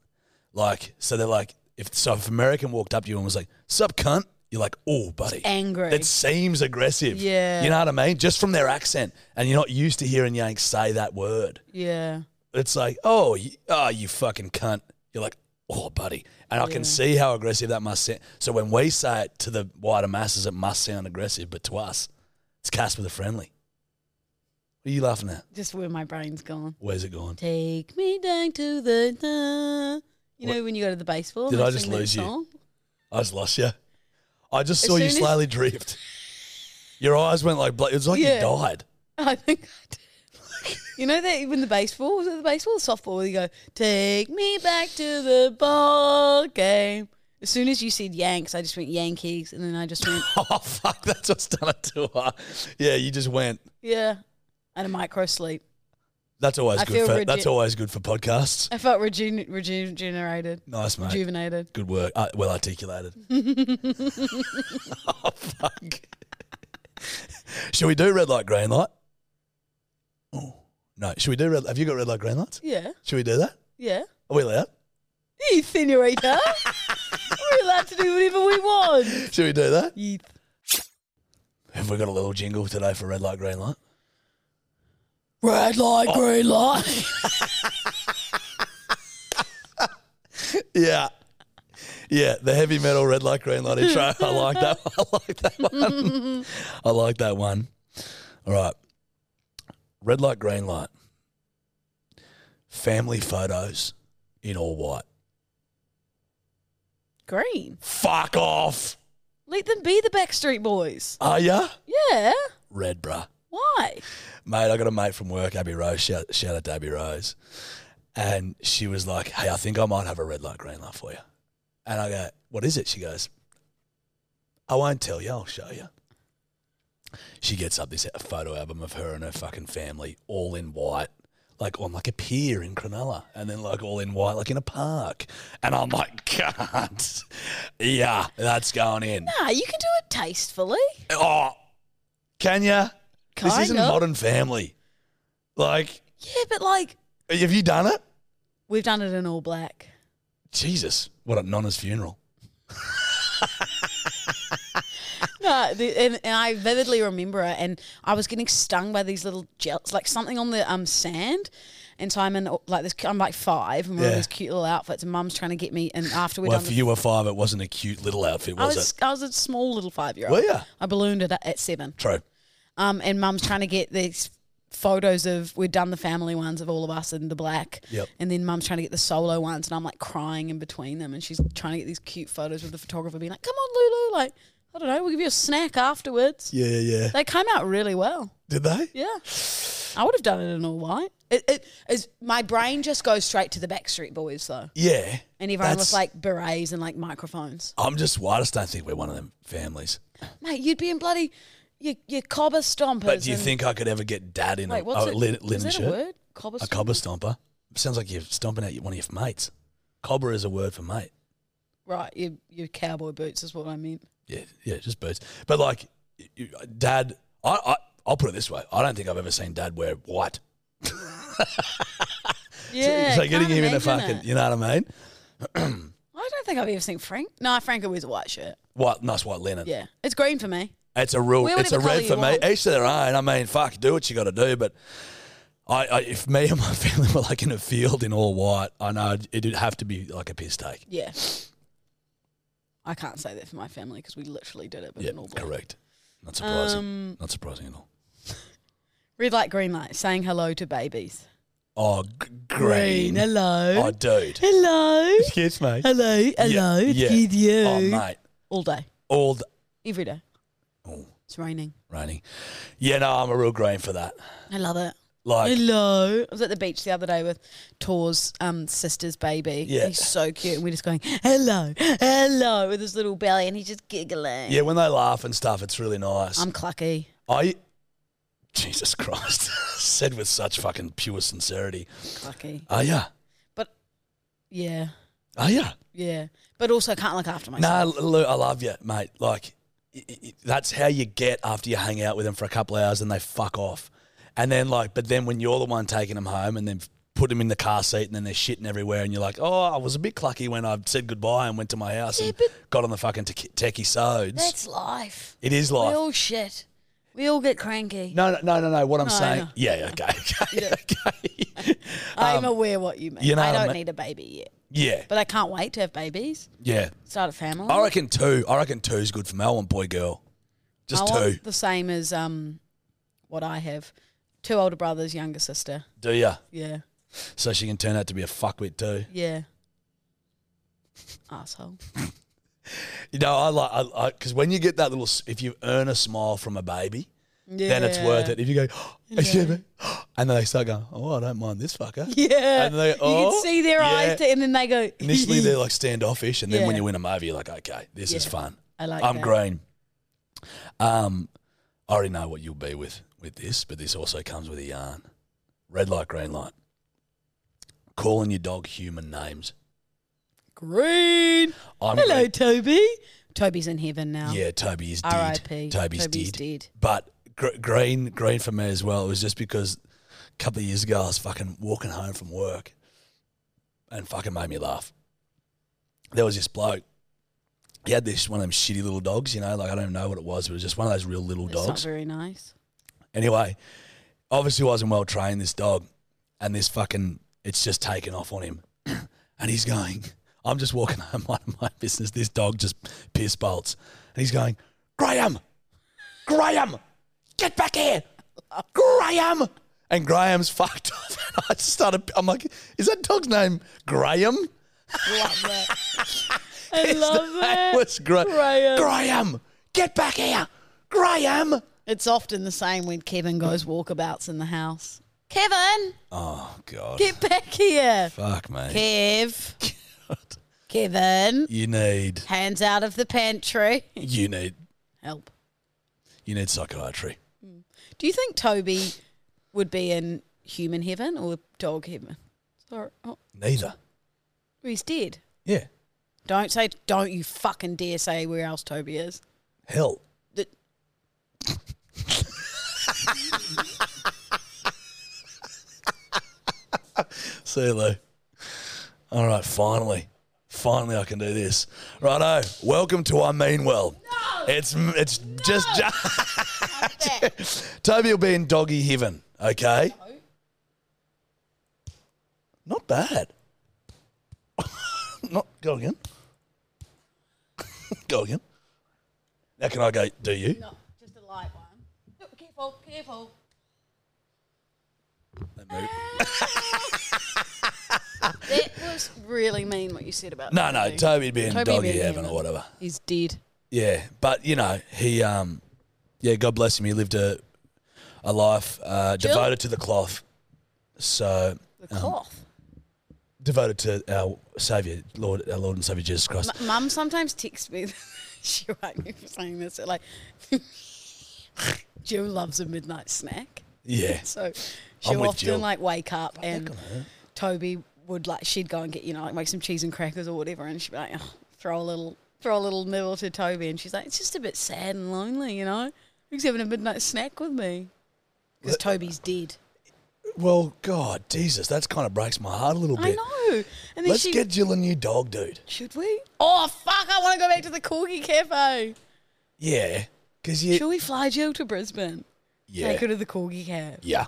Speaker 3: Like, so they're like, if so, if an American walked up to you and was like, "Sup, cunt," you're like, "Oh, buddy,
Speaker 2: angry.
Speaker 3: That seems aggressive.
Speaker 2: Yeah.
Speaker 3: you know what I mean. Just from their accent, and you're not used to hearing Yanks say that word.
Speaker 2: Yeah.
Speaker 3: It's like, oh, you, oh, you fucking cunt. You're like, oh, buddy, and I can see how aggressive that must sound. So when we say it to the wider masses, it must sound aggressive, but to us, it's cast with a friendly. What are you laughing at?
Speaker 2: Just where my brain's gone.
Speaker 3: Where's it going?
Speaker 2: Take me down to the da. You know when you go to the baseball?
Speaker 3: Did
Speaker 2: and they
Speaker 3: I just
Speaker 2: sing that
Speaker 3: lose you?
Speaker 2: song?
Speaker 3: I just lost you. I just
Speaker 2: As
Speaker 3: saw
Speaker 2: soon
Speaker 3: you
Speaker 2: as-
Speaker 3: slowly drift. Your eyes went like bla- it was like
Speaker 2: Yeah.
Speaker 3: you died.
Speaker 2: I think I did. You know that even the baseball was it the baseball or softball where you go, Take me back to the ball game. As soon as you said Yanks, I just went Yankees and then I just went
Speaker 3: Oh fuck, that's what's done it to her. Yeah, you just went.
Speaker 2: Yeah. And a micro sleep.
Speaker 3: That's always
Speaker 2: I feel
Speaker 3: good for
Speaker 2: reju-
Speaker 3: that's always good for podcasts.
Speaker 2: I felt reju- rejuvenated.
Speaker 3: Nice mate.
Speaker 2: Rejuvenated.
Speaker 3: good work. Uh, well articulated. oh fuck. Should we do red light, green light? Oh no. Should we do red? Have you got red light, green lights?
Speaker 2: Yeah.
Speaker 3: Should we do that?
Speaker 2: Yeah.
Speaker 3: Are we allowed?
Speaker 2: You senorita. We're allowed to do whatever we want.
Speaker 3: Should we do that?
Speaker 2: You
Speaker 3: Have we got a little jingle today for red light, green light? Oh.
Speaker 2: red light, green light.
Speaker 3: Yeah. Yeah, the heavy metal red light, green light intro. I like that one. I like that one. I like that one. All right. Red light, green light. Family photos in all white.
Speaker 2: Green.
Speaker 3: Fuck off.
Speaker 2: Let them be the Backstreet Boys.
Speaker 3: Are ya?
Speaker 2: Yeah.
Speaker 3: Red, bruh.
Speaker 2: Why?
Speaker 3: Mate, I got a mate from work, Abby Rose. Shout, shout out to Abby Rose. And she was like, hey, I think I might have a red light, green light for you. And I go, what is it? She goes, I won't tell you, I'll show you. She gets up this photo album of her and her fucking family, all in white, like on like a pier in Cronulla, and then like all in white, like in a park. And I'm like, God, yeah, that's going in.
Speaker 2: Nah, you can do it tastefully.
Speaker 3: Oh, can ya? This
Speaker 2: Kind
Speaker 3: isn't
Speaker 2: of.
Speaker 3: Modern Family. Like,
Speaker 2: Yeah, but like
Speaker 3: have you done it?
Speaker 2: we've done it in all black.
Speaker 3: Jesus, what at Nonna's funeral?
Speaker 2: No, the, and, and I vividly remember it. And I was getting stung by these little jets, like something on the um sand. And so I'm in like this. I'm like five, and we're in
Speaker 3: Yeah.
Speaker 2: these cute little outfits. And Mum's trying to get me. And after we're
Speaker 3: well,
Speaker 2: done,
Speaker 3: if
Speaker 2: the-
Speaker 3: you were five, it wasn't a cute little outfit,
Speaker 2: I
Speaker 3: was,
Speaker 2: was
Speaker 3: it?
Speaker 2: I was a small little five year
Speaker 3: Were
Speaker 2: old.
Speaker 3: ya?
Speaker 2: I ballooned it at, at seven.
Speaker 3: True.
Speaker 2: Um, and Mum's trying to get these photos of we'd done the family ones of all of us in the black.
Speaker 3: Yep.
Speaker 2: And then mum's trying to get the solo ones and I'm like crying in between them and she's trying to get these cute photos with the photographer being like, Come on, Lulu, like, I don't know, we'll give you a snack afterwards.
Speaker 3: Yeah, yeah.
Speaker 2: They came out really well.
Speaker 3: Did they?
Speaker 2: Yeah. I would have done it in all white. It, it is my brain just goes straight to the Backstreet Boys though,
Speaker 3: Yeah.
Speaker 2: and everyone
Speaker 3: That's-
Speaker 2: with like berets and like microphones.
Speaker 3: I'm just. Well, I just don't think we're one of them families.
Speaker 2: Mate, you'd be in bloody your your cobber stompers.
Speaker 3: But do you
Speaker 2: and-
Speaker 3: think I could ever get dad in
Speaker 2: Wait,
Speaker 3: a,
Speaker 2: what's
Speaker 3: a
Speaker 2: it?
Speaker 3: lin-
Speaker 2: is
Speaker 3: linen
Speaker 2: that
Speaker 3: shirt?
Speaker 2: a word? Cobber.
Speaker 3: A cobber stomper. Sounds like you're stomping at your- one of your mates. Cobber is a word for mate.
Speaker 2: Right, your your cowboy boots is what I meant.
Speaker 3: Yeah, yeah, just boots. But like, you, dad, I, I, I'll put it this way: I don't think I've ever seen dad wear white.
Speaker 2: Yeah,
Speaker 3: so, getting him in a fucking,
Speaker 2: fucking.
Speaker 3: you know what I mean?
Speaker 2: I don't think I've ever seen Frank. No, Franco wears a white shirt.
Speaker 3: White, nice white linen.
Speaker 2: Yeah, it's green for me.
Speaker 3: It's a real,
Speaker 2: Wear
Speaker 3: it's a
Speaker 2: whatever colour
Speaker 3: red for
Speaker 2: you
Speaker 3: me.
Speaker 2: want.
Speaker 3: Each to their own. I mean, fuck, do what you got to do. But I, I, if me and my family were like in a field in all white, I know it'd have to be like a piss take.
Speaker 2: Yeah. I can't say that for my family because we literally did it. But
Speaker 3: Yeah,
Speaker 2: in all black.
Speaker 3: correct. Not surprising.
Speaker 2: Um,
Speaker 3: Not surprising at all.
Speaker 2: Red light, green light, saying hello to babies.
Speaker 3: Oh, g- green.
Speaker 2: hello.
Speaker 3: Oh, dude.
Speaker 2: Hello.
Speaker 3: Excuse me.
Speaker 2: Hello. Hello. Excuse you.
Speaker 3: Oh, mate.
Speaker 2: All day.
Speaker 3: All the,
Speaker 2: Every day.
Speaker 3: oh,
Speaker 2: It's raining.
Speaker 3: raining. Yeah, no, I'm a real green for that.
Speaker 2: I love it.
Speaker 3: Like,
Speaker 2: Hello. I was at the beach the other day with Tor's um, sister's baby.
Speaker 3: Yeah.
Speaker 2: He's so cute. And we're just going, hello, hello, with his little belly. And he's just giggling.
Speaker 3: yeah, when they laugh and stuff, it's really nice.
Speaker 2: I'm clucky.
Speaker 3: I, Jesus Christ, said with such fucking pure sincerity.
Speaker 2: Clucky.
Speaker 3: Oh yeah,
Speaker 2: But yeah,
Speaker 3: oh yeah.
Speaker 2: yeah. But also can't look after
Speaker 3: Nah,
Speaker 2: myself.
Speaker 3: Lou, I love you, mate. Like, i i that's how you get after you hang out with them for a couple of hours and they fuck off. And then, like, but then when you're the one taking them home and then put them in the car seat and then they're shitting everywhere and you're like, oh, I was a bit clucky when I said goodbye and went to my house and got on the fucking te- techie sods.
Speaker 2: That's life.
Speaker 3: It is
Speaker 2: We
Speaker 3: life.
Speaker 2: all shit. We all get cranky.
Speaker 3: No, no, no, no, no. What I'm
Speaker 2: No, I
Speaker 3: saying.
Speaker 2: know.
Speaker 3: Yeah, okay, okay, okay.
Speaker 2: I'm aware what you mean.
Speaker 3: um, you know
Speaker 2: I
Speaker 3: what I
Speaker 2: don't
Speaker 3: mean?
Speaker 2: need a baby yet.
Speaker 3: yeah,
Speaker 2: But I can't wait to have babies.
Speaker 3: yeah.
Speaker 2: Start a family.
Speaker 3: I reckon two. I reckon two's good for me. I want boy, girl. Just
Speaker 2: I
Speaker 3: two.
Speaker 2: want the same as um, what I have. Two older brothers, younger sister.
Speaker 3: Do ya?
Speaker 2: Yeah,
Speaker 3: So she can turn out to be a fuckwit too.
Speaker 2: yeah. Asshole.
Speaker 3: You know, I like I because when you get that little, s- if you earn a smile from a baby, then it's worth it. If you go, excuse me, and then they start going, oh, I don't mind this fucker.
Speaker 2: Yeah.
Speaker 3: And they-
Speaker 2: you
Speaker 3: oh,
Speaker 2: can see their
Speaker 3: yeah.
Speaker 2: eyes, and then they go.
Speaker 3: Initially, they're like standoffish, and then when
Speaker 2: Yeah.
Speaker 3: you win them over, you're like, okay, this is
Speaker 2: Yeah.
Speaker 3: fun.
Speaker 2: I like
Speaker 3: I'm
Speaker 2: that.
Speaker 3: green. Um, I already know what you'll be with with this, but this also comes with a yarn. Red light, green light. Calling your dog human names.
Speaker 2: green.
Speaker 3: I'm
Speaker 2: Hello,
Speaker 3: green.
Speaker 2: Toby. Toby's in heaven now.
Speaker 3: Yeah, Toby is dead.
Speaker 2: R.I.P..
Speaker 3: Toby's,
Speaker 2: Toby's
Speaker 3: dead.
Speaker 2: dead.
Speaker 3: But gr- green, green for me as well. It was just because a couple of years ago I was fucking walking home from work, and fucking made me laugh. There was this bloke. He had this one of them shitty little dogs, you know. Like I don't even know what it was, but it was just one of those real little
Speaker 2: That's
Speaker 3: dogs.
Speaker 2: not very nice.
Speaker 3: Anyway, obviously wasn't well trained, this dog, and this fucking, it's just taken off on him. and he's going, I'm just walking home, minding my business. This dog just piss bolts. And he's going, Graham, Graham, get back here, Graham. And Graham's fucked off. And I just started, I'm like, is that dog's name Graham?
Speaker 2: I love
Speaker 3: That
Speaker 2: it.
Speaker 3: was great.
Speaker 2: Graham.
Speaker 3: Graham, get back here, Graham.
Speaker 2: It's often the same when Kevin goes walkabouts in the house. Kevin,
Speaker 3: Oh, God.
Speaker 2: get back here.
Speaker 3: Fuck, mate.
Speaker 2: Kev. Kevin.
Speaker 3: You need,
Speaker 2: Hands out of the pantry.
Speaker 3: you need
Speaker 2: Help.
Speaker 3: You need psychiatry.
Speaker 2: Do you think Toby would be in human heaven or dog heaven? Sorry. Oh,
Speaker 3: Neither.
Speaker 2: he's dead.
Speaker 3: Yeah.
Speaker 2: Don't say, don't you fucking dare say where else Toby is.
Speaker 3: Hell.
Speaker 2: Th-
Speaker 3: See you, Lou. All right, finally. Finally, I can do this. Righto. Welcome to I Mean Well. It's it's just, Toby will be in doggy heaven, okay? Not bad. Not go again. go again. Now can I go? Do you?
Speaker 2: Just a light one. Careful, careful.
Speaker 3: They move.
Speaker 2: That was really mean what you said about
Speaker 3: No, no, Toby being
Speaker 2: Toby
Speaker 3: doggy
Speaker 2: being
Speaker 3: heaven or
Speaker 2: human.
Speaker 3: whatever.
Speaker 2: He's dead.
Speaker 3: Yeah, but you know he, um, yeah, God bless him. He lived a a life uh,
Speaker 2: Jill?
Speaker 3: devoted to the cloth, so
Speaker 2: The
Speaker 3: um,
Speaker 2: cloth.
Speaker 3: devoted to our Savior, Lord, our Lord and Savior Jesus Christ.
Speaker 2: M- Mum sometimes texts me. she won't me for saying this. Like, Jill loves a midnight snack,
Speaker 3: Yeah,
Speaker 2: so she'll
Speaker 3: with
Speaker 2: often
Speaker 3: Jill.
Speaker 2: like wake up and Toby would like she'd go and get you know like make some cheese and crackers or whatever, and she'd be like, oh, throw a little throw a little nibble to Toby, and she's like, it's just a bit sad and lonely, you know. Who's having a midnight snack with me? Because Toby's dead.
Speaker 3: Well, God, Jesus, that's kind of breaks my heart a little
Speaker 2: I
Speaker 3: bit.
Speaker 2: know. And then
Speaker 3: Let's
Speaker 2: she
Speaker 3: get Jill a new dog, dude.
Speaker 2: should we? Oh fuck! I want to go back to the Corgi Cafe.
Speaker 3: Yeah, because you,
Speaker 2: Should we fly Jill to Brisbane?
Speaker 3: yeah,
Speaker 2: Take her to the corgi cab.
Speaker 3: yeah.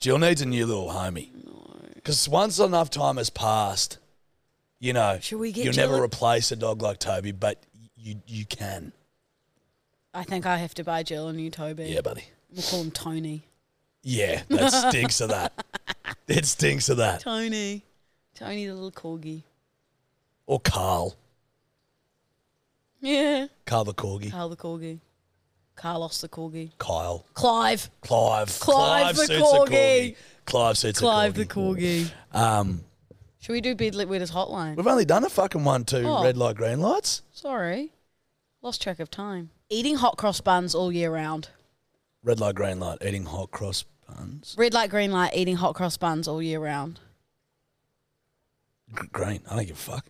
Speaker 3: Jill needs a new little homie. Because once enough time has passed, you know,
Speaker 2: Should we get
Speaker 3: you'll
Speaker 2: Jill
Speaker 3: never
Speaker 2: a-
Speaker 3: replace a dog like Toby, but you you can.
Speaker 2: I think I have to buy Jill a new Toby.
Speaker 3: Yeah, buddy.
Speaker 2: We'll call him Tony.
Speaker 3: Yeah, that stinks of that. It stinks of that.
Speaker 2: Tony. Tony the little corgi.
Speaker 3: Or Carl,
Speaker 2: Yeah.
Speaker 3: Carl the corgi,
Speaker 2: Carl the corgi. Carlos the corgi.
Speaker 3: Kyle,
Speaker 2: Clive.
Speaker 3: Clive,
Speaker 2: Clive the
Speaker 3: suits a
Speaker 2: corgi.
Speaker 3: Clive suits
Speaker 2: Clive
Speaker 3: a
Speaker 2: the corgi.
Speaker 3: corgi. Um,
Speaker 2: Should we do Bedlit Wetters Hotline?
Speaker 3: We've only done a fucking one, two
Speaker 2: Oh.
Speaker 3: red light, green lights.
Speaker 2: Sorry. Lost track of time. Eating hot cross buns all year round.
Speaker 3: Red light, green light, eating hot cross buns.
Speaker 2: Red light, green light, eating hot cross buns all year round.
Speaker 3: G- green. I don't give a fuck.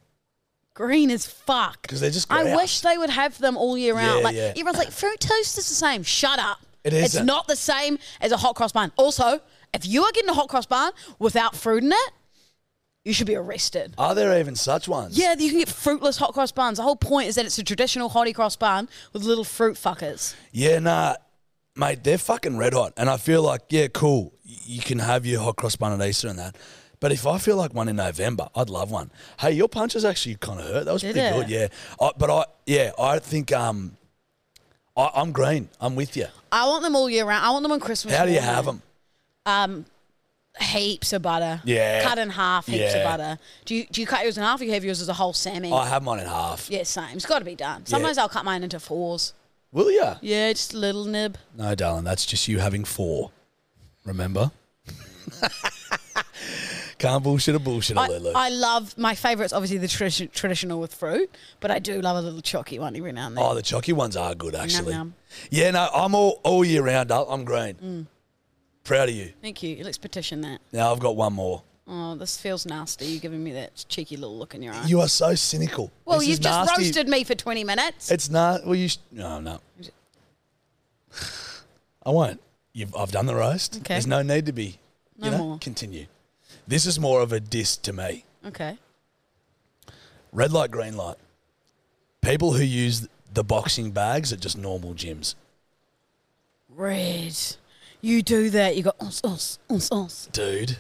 Speaker 2: Green as fuck.
Speaker 3: 'Because they're just
Speaker 2: I
Speaker 3: grouse.
Speaker 2: wish they would have them all year round.
Speaker 3: Yeah,
Speaker 2: like
Speaker 3: yeah.
Speaker 2: everyone's like, fruit toast is the same. Shut up.
Speaker 3: It
Speaker 2: It's
Speaker 3: isn't.
Speaker 2: not the same as a hot cross bun. Also, if you are getting a hot cross bun without fruit in it, you should be arrested.
Speaker 3: Are there even such ones?
Speaker 2: Yeah, you can get fruitless hot cross buns. The whole point is that it's a traditional hottie cross bun with little fruit fuckers.
Speaker 3: Yeah, nah. Mate, they're fucking red hot. And I feel like, yeah, cool. Y- You can have your hot cross bun at Easter and that. But if I feel like one in November, I'd love one. Hey, your punches actually kind of hurt. That was
Speaker 2: Did
Speaker 3: pretty
Speaker 2: it?
Speaker 3: good, yeah. I, but I, yeah, I think um, I, I'm green. I'm with you.
Speaker 2: I want them all year round. I want them on Christmas.
Speaker 3: How do you
Speaker 2: morning.
Speaker 3: have them?
Speaker 2: Um, heaps of butter.
Speaker 3: Yeah.
Speaker 2: Cut in half, heaps of
Speaker 3: Yeah.
Speaker 2: butter. Do you do you cut yours in half or you have yours as a whole salmon?
Speaker 3: I have mine in half.
Speaker 2: yeah, same. It's got to be done. Sometimes I'll cut mine into fours.
Speaker 3: Will you?
Speaker 2: Yeah, just a little nib.
Speaker 3: No, darling, that's just you having four. Remember? Can't bullshit a bullshit,
Speaker 2: I,
Speaker 3: Lulu.
Speaker 2: I love my favourite's obviously the tradition, traditional with fruit, but I do love a little chalky one every now and then.
Speaker 3: oh, the chalky ones are good, actually.
Speaker 2: yum. Mm.
Speaker 3: Yeah, no, I'm all, all year round. I- I'm green. Proud of you.
Speaker 2: Thank you. Let's petition that.
Speaker 3: Now I've got one more.
Speaker 2: Oh, this feels nasty. You're giving me that cheeky little look in your eye.
Speaker 3: You are so cynical.
Speaker 2: well,
Speaker 3: This
Speaker 2: you've
Speaker 3: is
Speaker 2: just
Speaker 3: nasty.
Speaker 2: roasted me for 20 minutes.
Speaker 3: It's not. Well, you. Sh- no, no. I won't. You've, I've done the roast.
Speaker 2: Okay.
Speaker 3: There's no need to be.
Speaker 2: No
Speaker 3: you know,
Speaker 2: more.
Speaker 3: Continue. This is more of a diss to me.
Speaker 2: okay.
Speaker 3: Red light, green light. People who use the boxing bags at just normal gyms.
Speaker 2: Red. You do that. You go, us, us, us, us.
Speaker 3: Dude.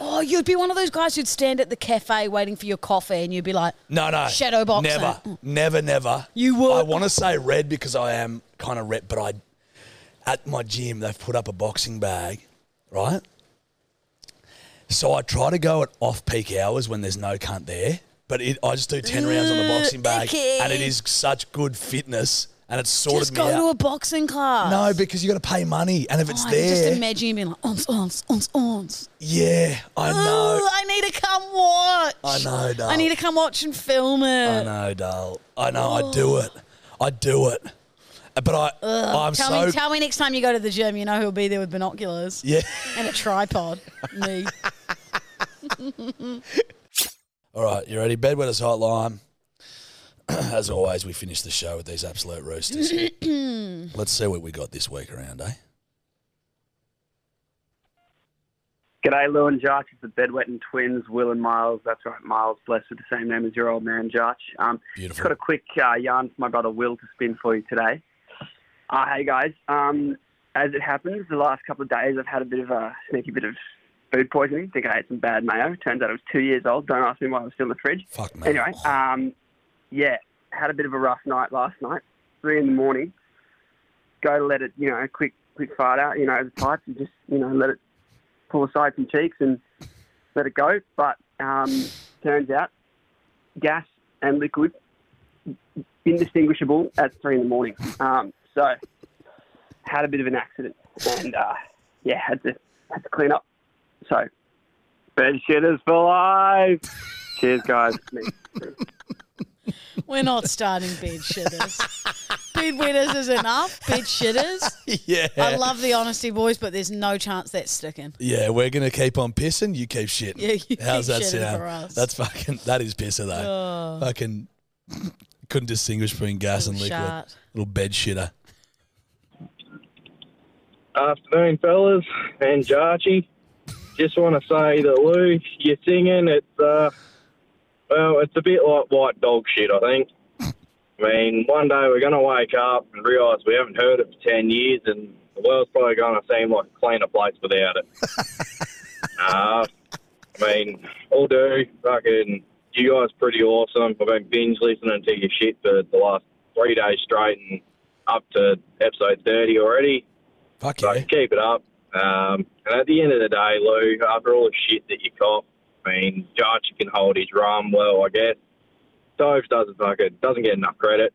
Speaker 2: Oh, you'd be one of those guys who'd stand at the cafe waiting for your coffee and you'd be like,
Speaker 3: No, no.
Speaker 2: Shadow boxing.
Speaker 3: Never. Never, never.
Speaker 2: You would.
Speaker 3: I want to say red because I am kind of red, but I. At my gym, they've put up a boxing bag, right? So I try to go at off peak hours when there's no cunt there, but it, I just do 10
Speaker 2: Mm,
Speaker 3: rounds on the boxing bag,
Speaker 2: icky.
Speaker 3: and it is such good fitness, and it's sorted
Speaker 2: just
Speaker 3: me
Speaker 2: go
Speaker 3: out.
Speaker 2: to a boxing class.
Speaker 3: no, because you got to pay money, and if it's
Speaker 2: Oh, I can
Speaker 3: there,
Speaker 2: just imagine you being like, ons, ons, ons, ons.
Speaker 3: yeah, I know.
Speaker 2: Ooh, I need to come watch.
Speaker 3: I know, doll.
Speaker 2: I need to come watch and film it.
Speaker 3: I know, doll. I know. I do it. I do it. Uh, But I, I'm
Speaker 2: Tell
Speaker 3: so
Speaker 2: me, tell me next time you go to the gym, you know who'll be there with binoculars
Speaker 3: yeah.
Speaker 2: and a tripod. Me.
Speaker 3: All right, you ready? Bedwetters hotline. As always, we finish the show with these absolute roosters. Let's see what we got this week around, eh?
Speaker 5: G'day, Lou and Josh. It's the Bedwetting Twins, Will and Miles. That's right, Miles, blessed with the same name as your old man, Josh. Um,
Speaker 3: Beautiful.
Speaker 5: just got a quick uh, yarn for my brother Will to spin for you today. Uh, hey, guys. Um, as it happens, the last couple of days I've had a bit of a sneaky bit of food poisoning. think I ate some bad mayo. Turns out it was two years old. Don't ask me why it was still in the fridge.
Speaker 3: Fuck me.
Speaker 5: Anyway, um, yeah, had a bit of a rough night last night. Three in the morning, go to let it, you know, quick, quick fart out, you know, the pipes, and just, you know, let it pull aside some cheeks and let it go. But um, turns out gas and liquid indistinguishable at three in the morning. Um, so had a bit of an accident and uh, yeah, had to had to clean up. So bed shitters for life. Cheers, guys.
Speaker 2: We're not starting bed shitters. bed winners is enough. Bed shitters.
Speaker 3: Yeah.
Speaker 2: I love the honesty, boys, but there's no chance that's sticking.
Speaker 3: Yeah, we're gonna keep on pissing. You keep shitting.
Speaker 2: Yeah, you
Speaker 3: How's
Speaker 2: keep
Speaker 3: that
Speaker 2: shitting
Speaker 3: sound?
Speaker 2: for us.
Speaker 3: That's fucking. That is pisser though. Fucking couldn't distinguish between gas and liquid.
Speaker 2: Little shart.
Speaker 3: Little bed shitter.
Speaker 6: Afternoon, fellas and Jarchi. Just want to say that Luke, you're singing. It's uh, well, it's a bit like white dog shit. I think. I mean, one day we're going to wake up and realise we haven't heard it for ten years, and the world's probably going to seem like a cleaner place without it. uh, I mean, all do fucking. You guys pretty awesome. I've been binge listening to your shit for the last three days straight, and up to episode thirty already.
Speaker 3: Fuck
Speaker 6: So
Speaker 3: yeah.
Speaker 6: keep it up. Um, and at the end of the day, Lou, after all the shit that you cop, I mean, Jarchi can hold his rum well, I guess. Doves doesn't fucking doesn't get enough credit.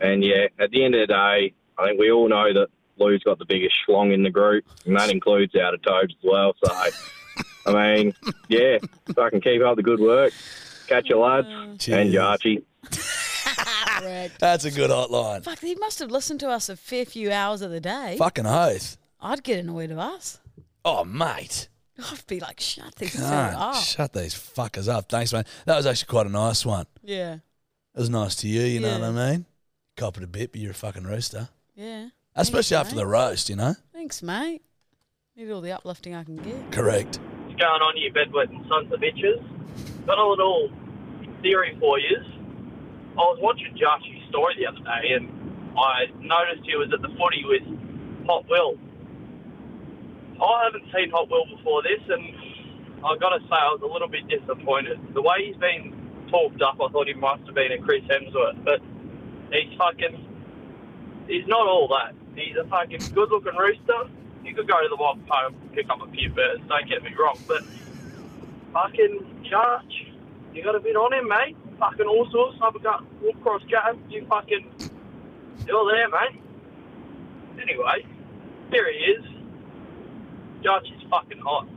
Speaker 6: And yeah, at the end of the day, I think we all know that Lou's got the biggest schlong in the group, and that includes out of Tobes as well. So, I mean, yeah, fucking keep up the good work. Catch you, lads, and
Speaker 3: Cheers.
Speaker 6: Jarchi.
Speaker 2: Rick.
Speaker 3: That's a good hotline.
Speaker 2: Fuck, he must have listened to us a fair few hours of the day.
Speaker 3: Fucking oath.
Speaker 2: I'd get annoyed of us.
Speaker 3: Oh mate.
Speaker 2: I'd be like, shut this shit
Speaker 3: Can't
Speaker 2: up.
Speaker 3: shut these fuckers up. Thanks, mate. That was actually quite a nice one.
Speaker 2: yeah,
Speaker 3: It was nice to you, you know
Speaker 2: Yeah.
Speaker 3: what I mean? Cop it a bit, but you're a fucking rooster.
Speaker 2: yeah.
Speaker 3: Especially after the roast, you know?
Speaker 2: Thanks, mate. Need all the uplifting I can get.
Speaker 3: Correct.
Speaker 6: What's going on, you bedwetting sons of bitches? Got a little theory for you. I was watching Joshua's story the other day, and I noticed he was at the footy with Hot Will. I haven't seen Hot Will before this, and I've got to say I was a little bit disappointed. The way he's been talked up, I thought he must have been a Chris Hemsworth, but he's fucking. He's not all that. He's a fucking good-looking rooster. You could go to the wild farm and pick up a few birds. Don't get me wrong, but fucking Judge, you got a bit on him, mate. Fucking all sorts. I've got walk across jab. You fucking, you're there, mate. Anyway, there he is. Judge is fucking hot.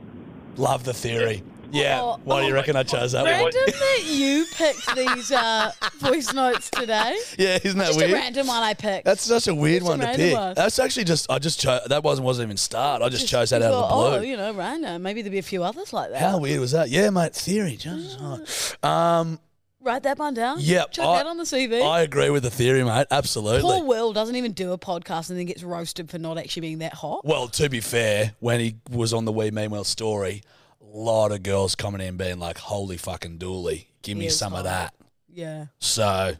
Speaker 3: Love the theory. Yeah.
Speaker 2: Oh,
Speaker 3: Why do you
Speaker 6: oh
Speaker 3: reckon I chose that one?
Speaker 2: Random that you picked these uh, voice notes today.
Speaker 3: Yeah, isn't that
Speaker 2: Just
Speaker 3: weird?
Speaker 2: a random one I picked.
Speaker 3: That's such a weird
Speaker 2: It's a
Speaker 3: one to
Speaker 2: random
Speaker 3: pick.
Speaker 2: one.
Speaker 3: That's actually just I just chose that wasn't wasn't even starred. I just, chose that out of the
Speaker 2: Well,
Speaker 3: blue.
Speaker 2: Oh, you know, random. Maybe there'll be a few others like that.
Speaker 3: How weird was that? Yeah, mate. Theory, just Um,
Speaker 2: Write that one down.
Speaker 3: Yep,
Speaker 2: Ah. Oh, Chuck
Speaker 3: I-
Speaker 2: that on the CV.
Speaker 3: I agree with the theory, mate. Absolutely.
Speaker 2: Poor Will doesn't even do a podcast and then gets roasted for not actually being that hot.
Speaker 3: Well, to be fair, when he was on the Wee Meanwell story, a lot of girls coming in being like, "Holy fucking dooly, give me
Speaker 2: He is
Speaker 3: some of
Speaker 2: hot.
Speaker 3: that."
Speaker 2: Yeah.
Speaker 3: So,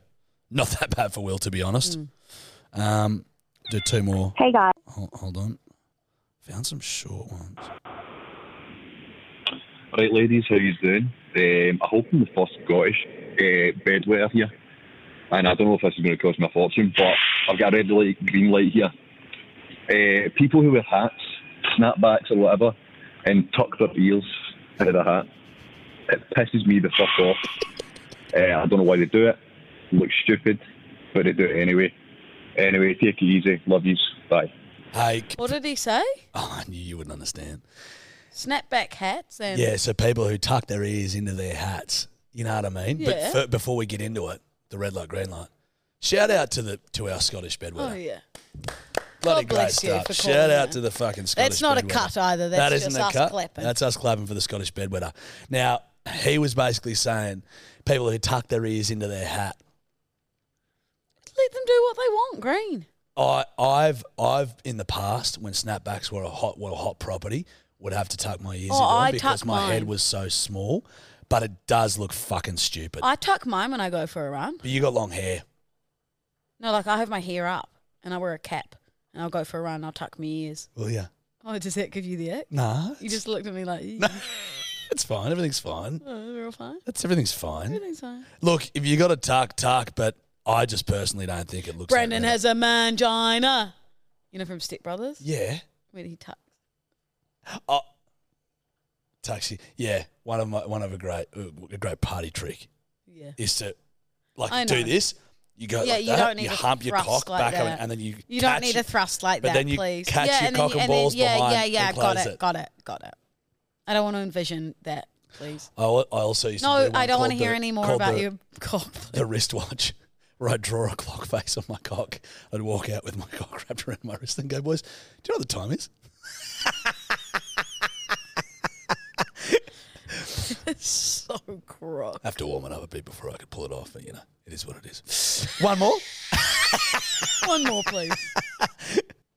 Speaker 3: not that bad for Will, to be honest.
Speaker 2: Mm.
Speaker 3: Um, do two more.
Speaker 7: Hey guys.
Speaker 3: Hold, hold on. Found some short ones.
Speaker 6: Right, ladies, how you doing? Um, I hope I'm the first Scottish uh, bedwetter here. And I don't know if this is going to cost me a fortune, but I've got a red light, green light here. Uh, people who wear hats, snapbacks or whatever, and tuck their ears out of their hat, it pisses me the fuck off. Uh, I don't know why they do it. It looks stupid, but they do it anyway. Anyway, take it easy. Love yous. Bye.
Speaker 3: Hey, c-
Speaker 2: What did he say?
Speaker 3: oh, I knew you wouldn't understand.
Speaker 2: Snapback hats and
Speaker 3: Yeah, so people who tuck their ears into their hats, you know what I mean.
Speaker 2: Yeah.
Speaker 3: But fir- before we get into it, the red light, green light. Shout out to the to our Scottish bedwetter.
Speaker 2: Oh yeah.
Speaker 3: Bloody
Speaker 2: God
Speaker 3: great
Speaker 2: bless you
Speaker 3: stuff.
Speaker 2: for
Speaker 3: Shout
Speaker 2: calling
Speaker 3: out
Speaker 2: that.
Speaker 3: to the fucking Scottish
Speaker 2: That's not a
Speaker 3: bedwetter.
Speaker 2: cut either. That's
Speaker 3: That
Speaker 2: just
Speaker 3: isn't
Speaker 2: us
Speaker 3: a cut.
Speaker 2: clapping.
Speaker 3: That's us clapping for the Scottish bedwetter. Now, he was basically saying people who tuck their ears into their hat.
Speaker 2: Let them do what they want, Green.
Speaker 3: I, I've, I've in the past when snapbacks were a hot, were a hot property, would have to tuck my ears
Speaker 2: Oh,
Speaker 3: into
Speaker 2: I
Speaker 3: them because
Speaker 2: tuck
Speaker 3: my head
Speaker 2: mine.
Speaker 3: was so small. But it does look fucking stupid.
Speaker 2: I tuck mine when I go for a run.
Speaker 3: but you got long hair.
Speaker 2: No, like I have my hair up and I wear a cap and I'll go for a run. and I'll tuck my ears.
Speaker 3: Well, yeah.
Speaker 2: Oh, does that give you the ick?
Speaker 3: Nah,
Speaker 2: You just looked at me like,
Speaker 3: No. it's fine. Everything's fine.
Speaker 2: oh, we're all fine.
Speaker 3: That's everything's fine.
Speaker 2: Everything's fine.
Speaker 3: Look, if you got a tuck, tuck. But I just personally don't think it looks. that
Speaker 2: Brandon
Speaker 3: red.
Speaker 2: has a mangina. You know from Step Brothers
Speaker 3: Yeah.
Speaker 2: when he tucks.
Speaker 3: Oh, taxi. Yeah, one of my one of a great a great party trick.
Speaker 2: Yeah.
Speaker 3: is to like
Speaker 2: I
Speaker 3: do
Speaker 2: know.
Speaker 3: this. You go
Speaker 2: Yeah,
Speaker 3: like
Speaker 2: you
Speaker 3: that.
Speaker 2: don't need
Speaker 3: you
Speaker 2: a
Speaker 3: hump your
Speaker 2: thrust
Speaker 3: cock
Speaker 2: like
Speaker 3: back, up
Speaker 2: that.
Speaker 3: and then you.
Speaker 2: You don't
Speaker 3: catch
Speaker 2: need
Speaker 3: it.
Speaker 2: a thrust like
Speaker 3: but
Speaker 2: that,
Speaker 3: then you
Speaker 2: please.
Speaker 3: catch your
Speaker 2: and
Speaker 3: cock
Speaker 2: you-
Speaker 3: and balls
Speaker 2: yeah,
Speaker 3: behind
Speaker 2: Yeah, yeah,
Speaker 3: and
Speaker 2: got
Speaker 3: close
Speaker 2: it,
Speaker 3: it.
Speaker 2: got it, got it. I don't want to envision that, please.
Speaker 3: I, al- I also used to
Speaker 2: No,
Speaker 3: do
Speaker 2: I
Speaker 3: one
Speaker 2: don't want to
Speaker 3: called
Speaker 2: hear
Speaker 3: the-
Speaker 2: any more
Speaker 3: called
Speaker 2: about
Speaker 3: the-
Speaker 2: your cock. please.
Speaker 3: The wristwatch, where I draw a clock face on my cock. I'd walk out with my cock wrapped around my wrist and go, boys, do you know what the time is?
Speaker 2: so gross.
Speaker 3: I have to warm it up a bit before I could pull it off, but you know, it is what it is. One more.
Speaker 2: One more, please.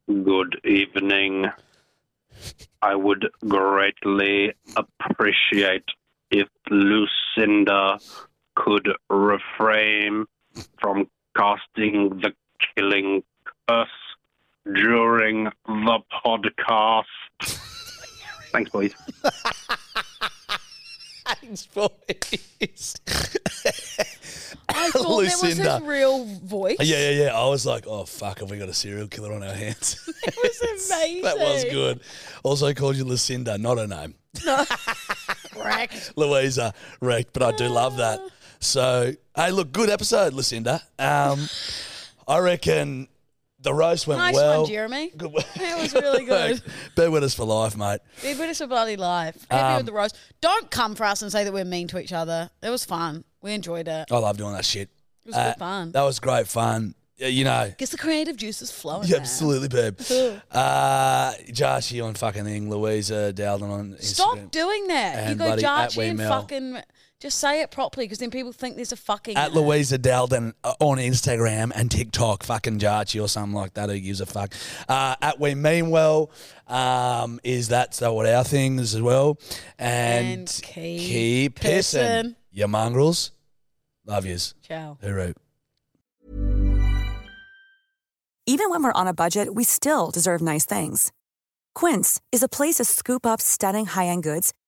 Speaker 6: Good evening. I would greatly appreciate if Lucinda could refrain from casting the killing curse during the podcast. Thanks, boys.
Speaker 3: Thanks, boys.
Speaker 2: I thought that was his
Speaker 3: Lucinda.
Speaker 2: real voice.
Speaker 3: Yeah, yeah, yeah. I was like, oh, fuck, have we got a serial killer on our hands?
Speaker 2: It was amazing.
Speaker 3: that was good. Also called you Lucinda, not her name.
Speaker 2: Correct.
Speaker 3: Louisa wrecked, but I do love that. So, hey, look, good episode, Lucinda. Um, I reckon the roast went
Speaker 2: Nice
Speaker 3: well.
Speaker 2: one, Jeremy.
Speaker 3: Good work.
Speaker 2: That was really
Speaker 3: work.
Speaker 2: good.
Speaker 3: Be with us for life, mate.
Speaker 2: Be with us for bloody life. Happy
Speaker 3: Um,
Speaker 2: with the roast. Don't come for us and say that we're mean to each other. It was fun. We enjoyed it.
Speaker 3: I love doing that shit. Uh,
Speaker 2: It was good fun.
Speaker 3: That was great fun. Yeah, You know,
Speaker 2: Because the creative juice is flowing.
Speaker 3: yeah,
Speaker 2: man.
Speaker 3: absolutely, babe. uh, Jarchi on fucking thing, Louisa Dowden on Instagram.
Speaker 2: Stop doing that. You
Speaker 3: And
Speaker 2: go
Speaker 3: bloody at
Speaker 2: Jarchi and
Speaker 3: Wemel.
Speaker 2: fucking just say it properly because then people think there's a fucking
Speaker 3: at
Speaker 2: in it.
Speaker 3: Louisa Dowden uh, on Instagram and TikTok, fucking Jarchi or something like that. Who gives a fuck? Uh, at We Mean Well um, is that's uh, what our thing is as well. And,
Speaker 2: And keep
Speaker 3: keep pissing,
Speaker 2: pissing.
Speaker 3: you mongrels. Love yous.
Speaker 2: Ciao.
Speaker 3: Hooroo.
Speaker 8: Even when we're on a budget, we still deserve nice things. Quince is a place to scoop up stunning high-end goods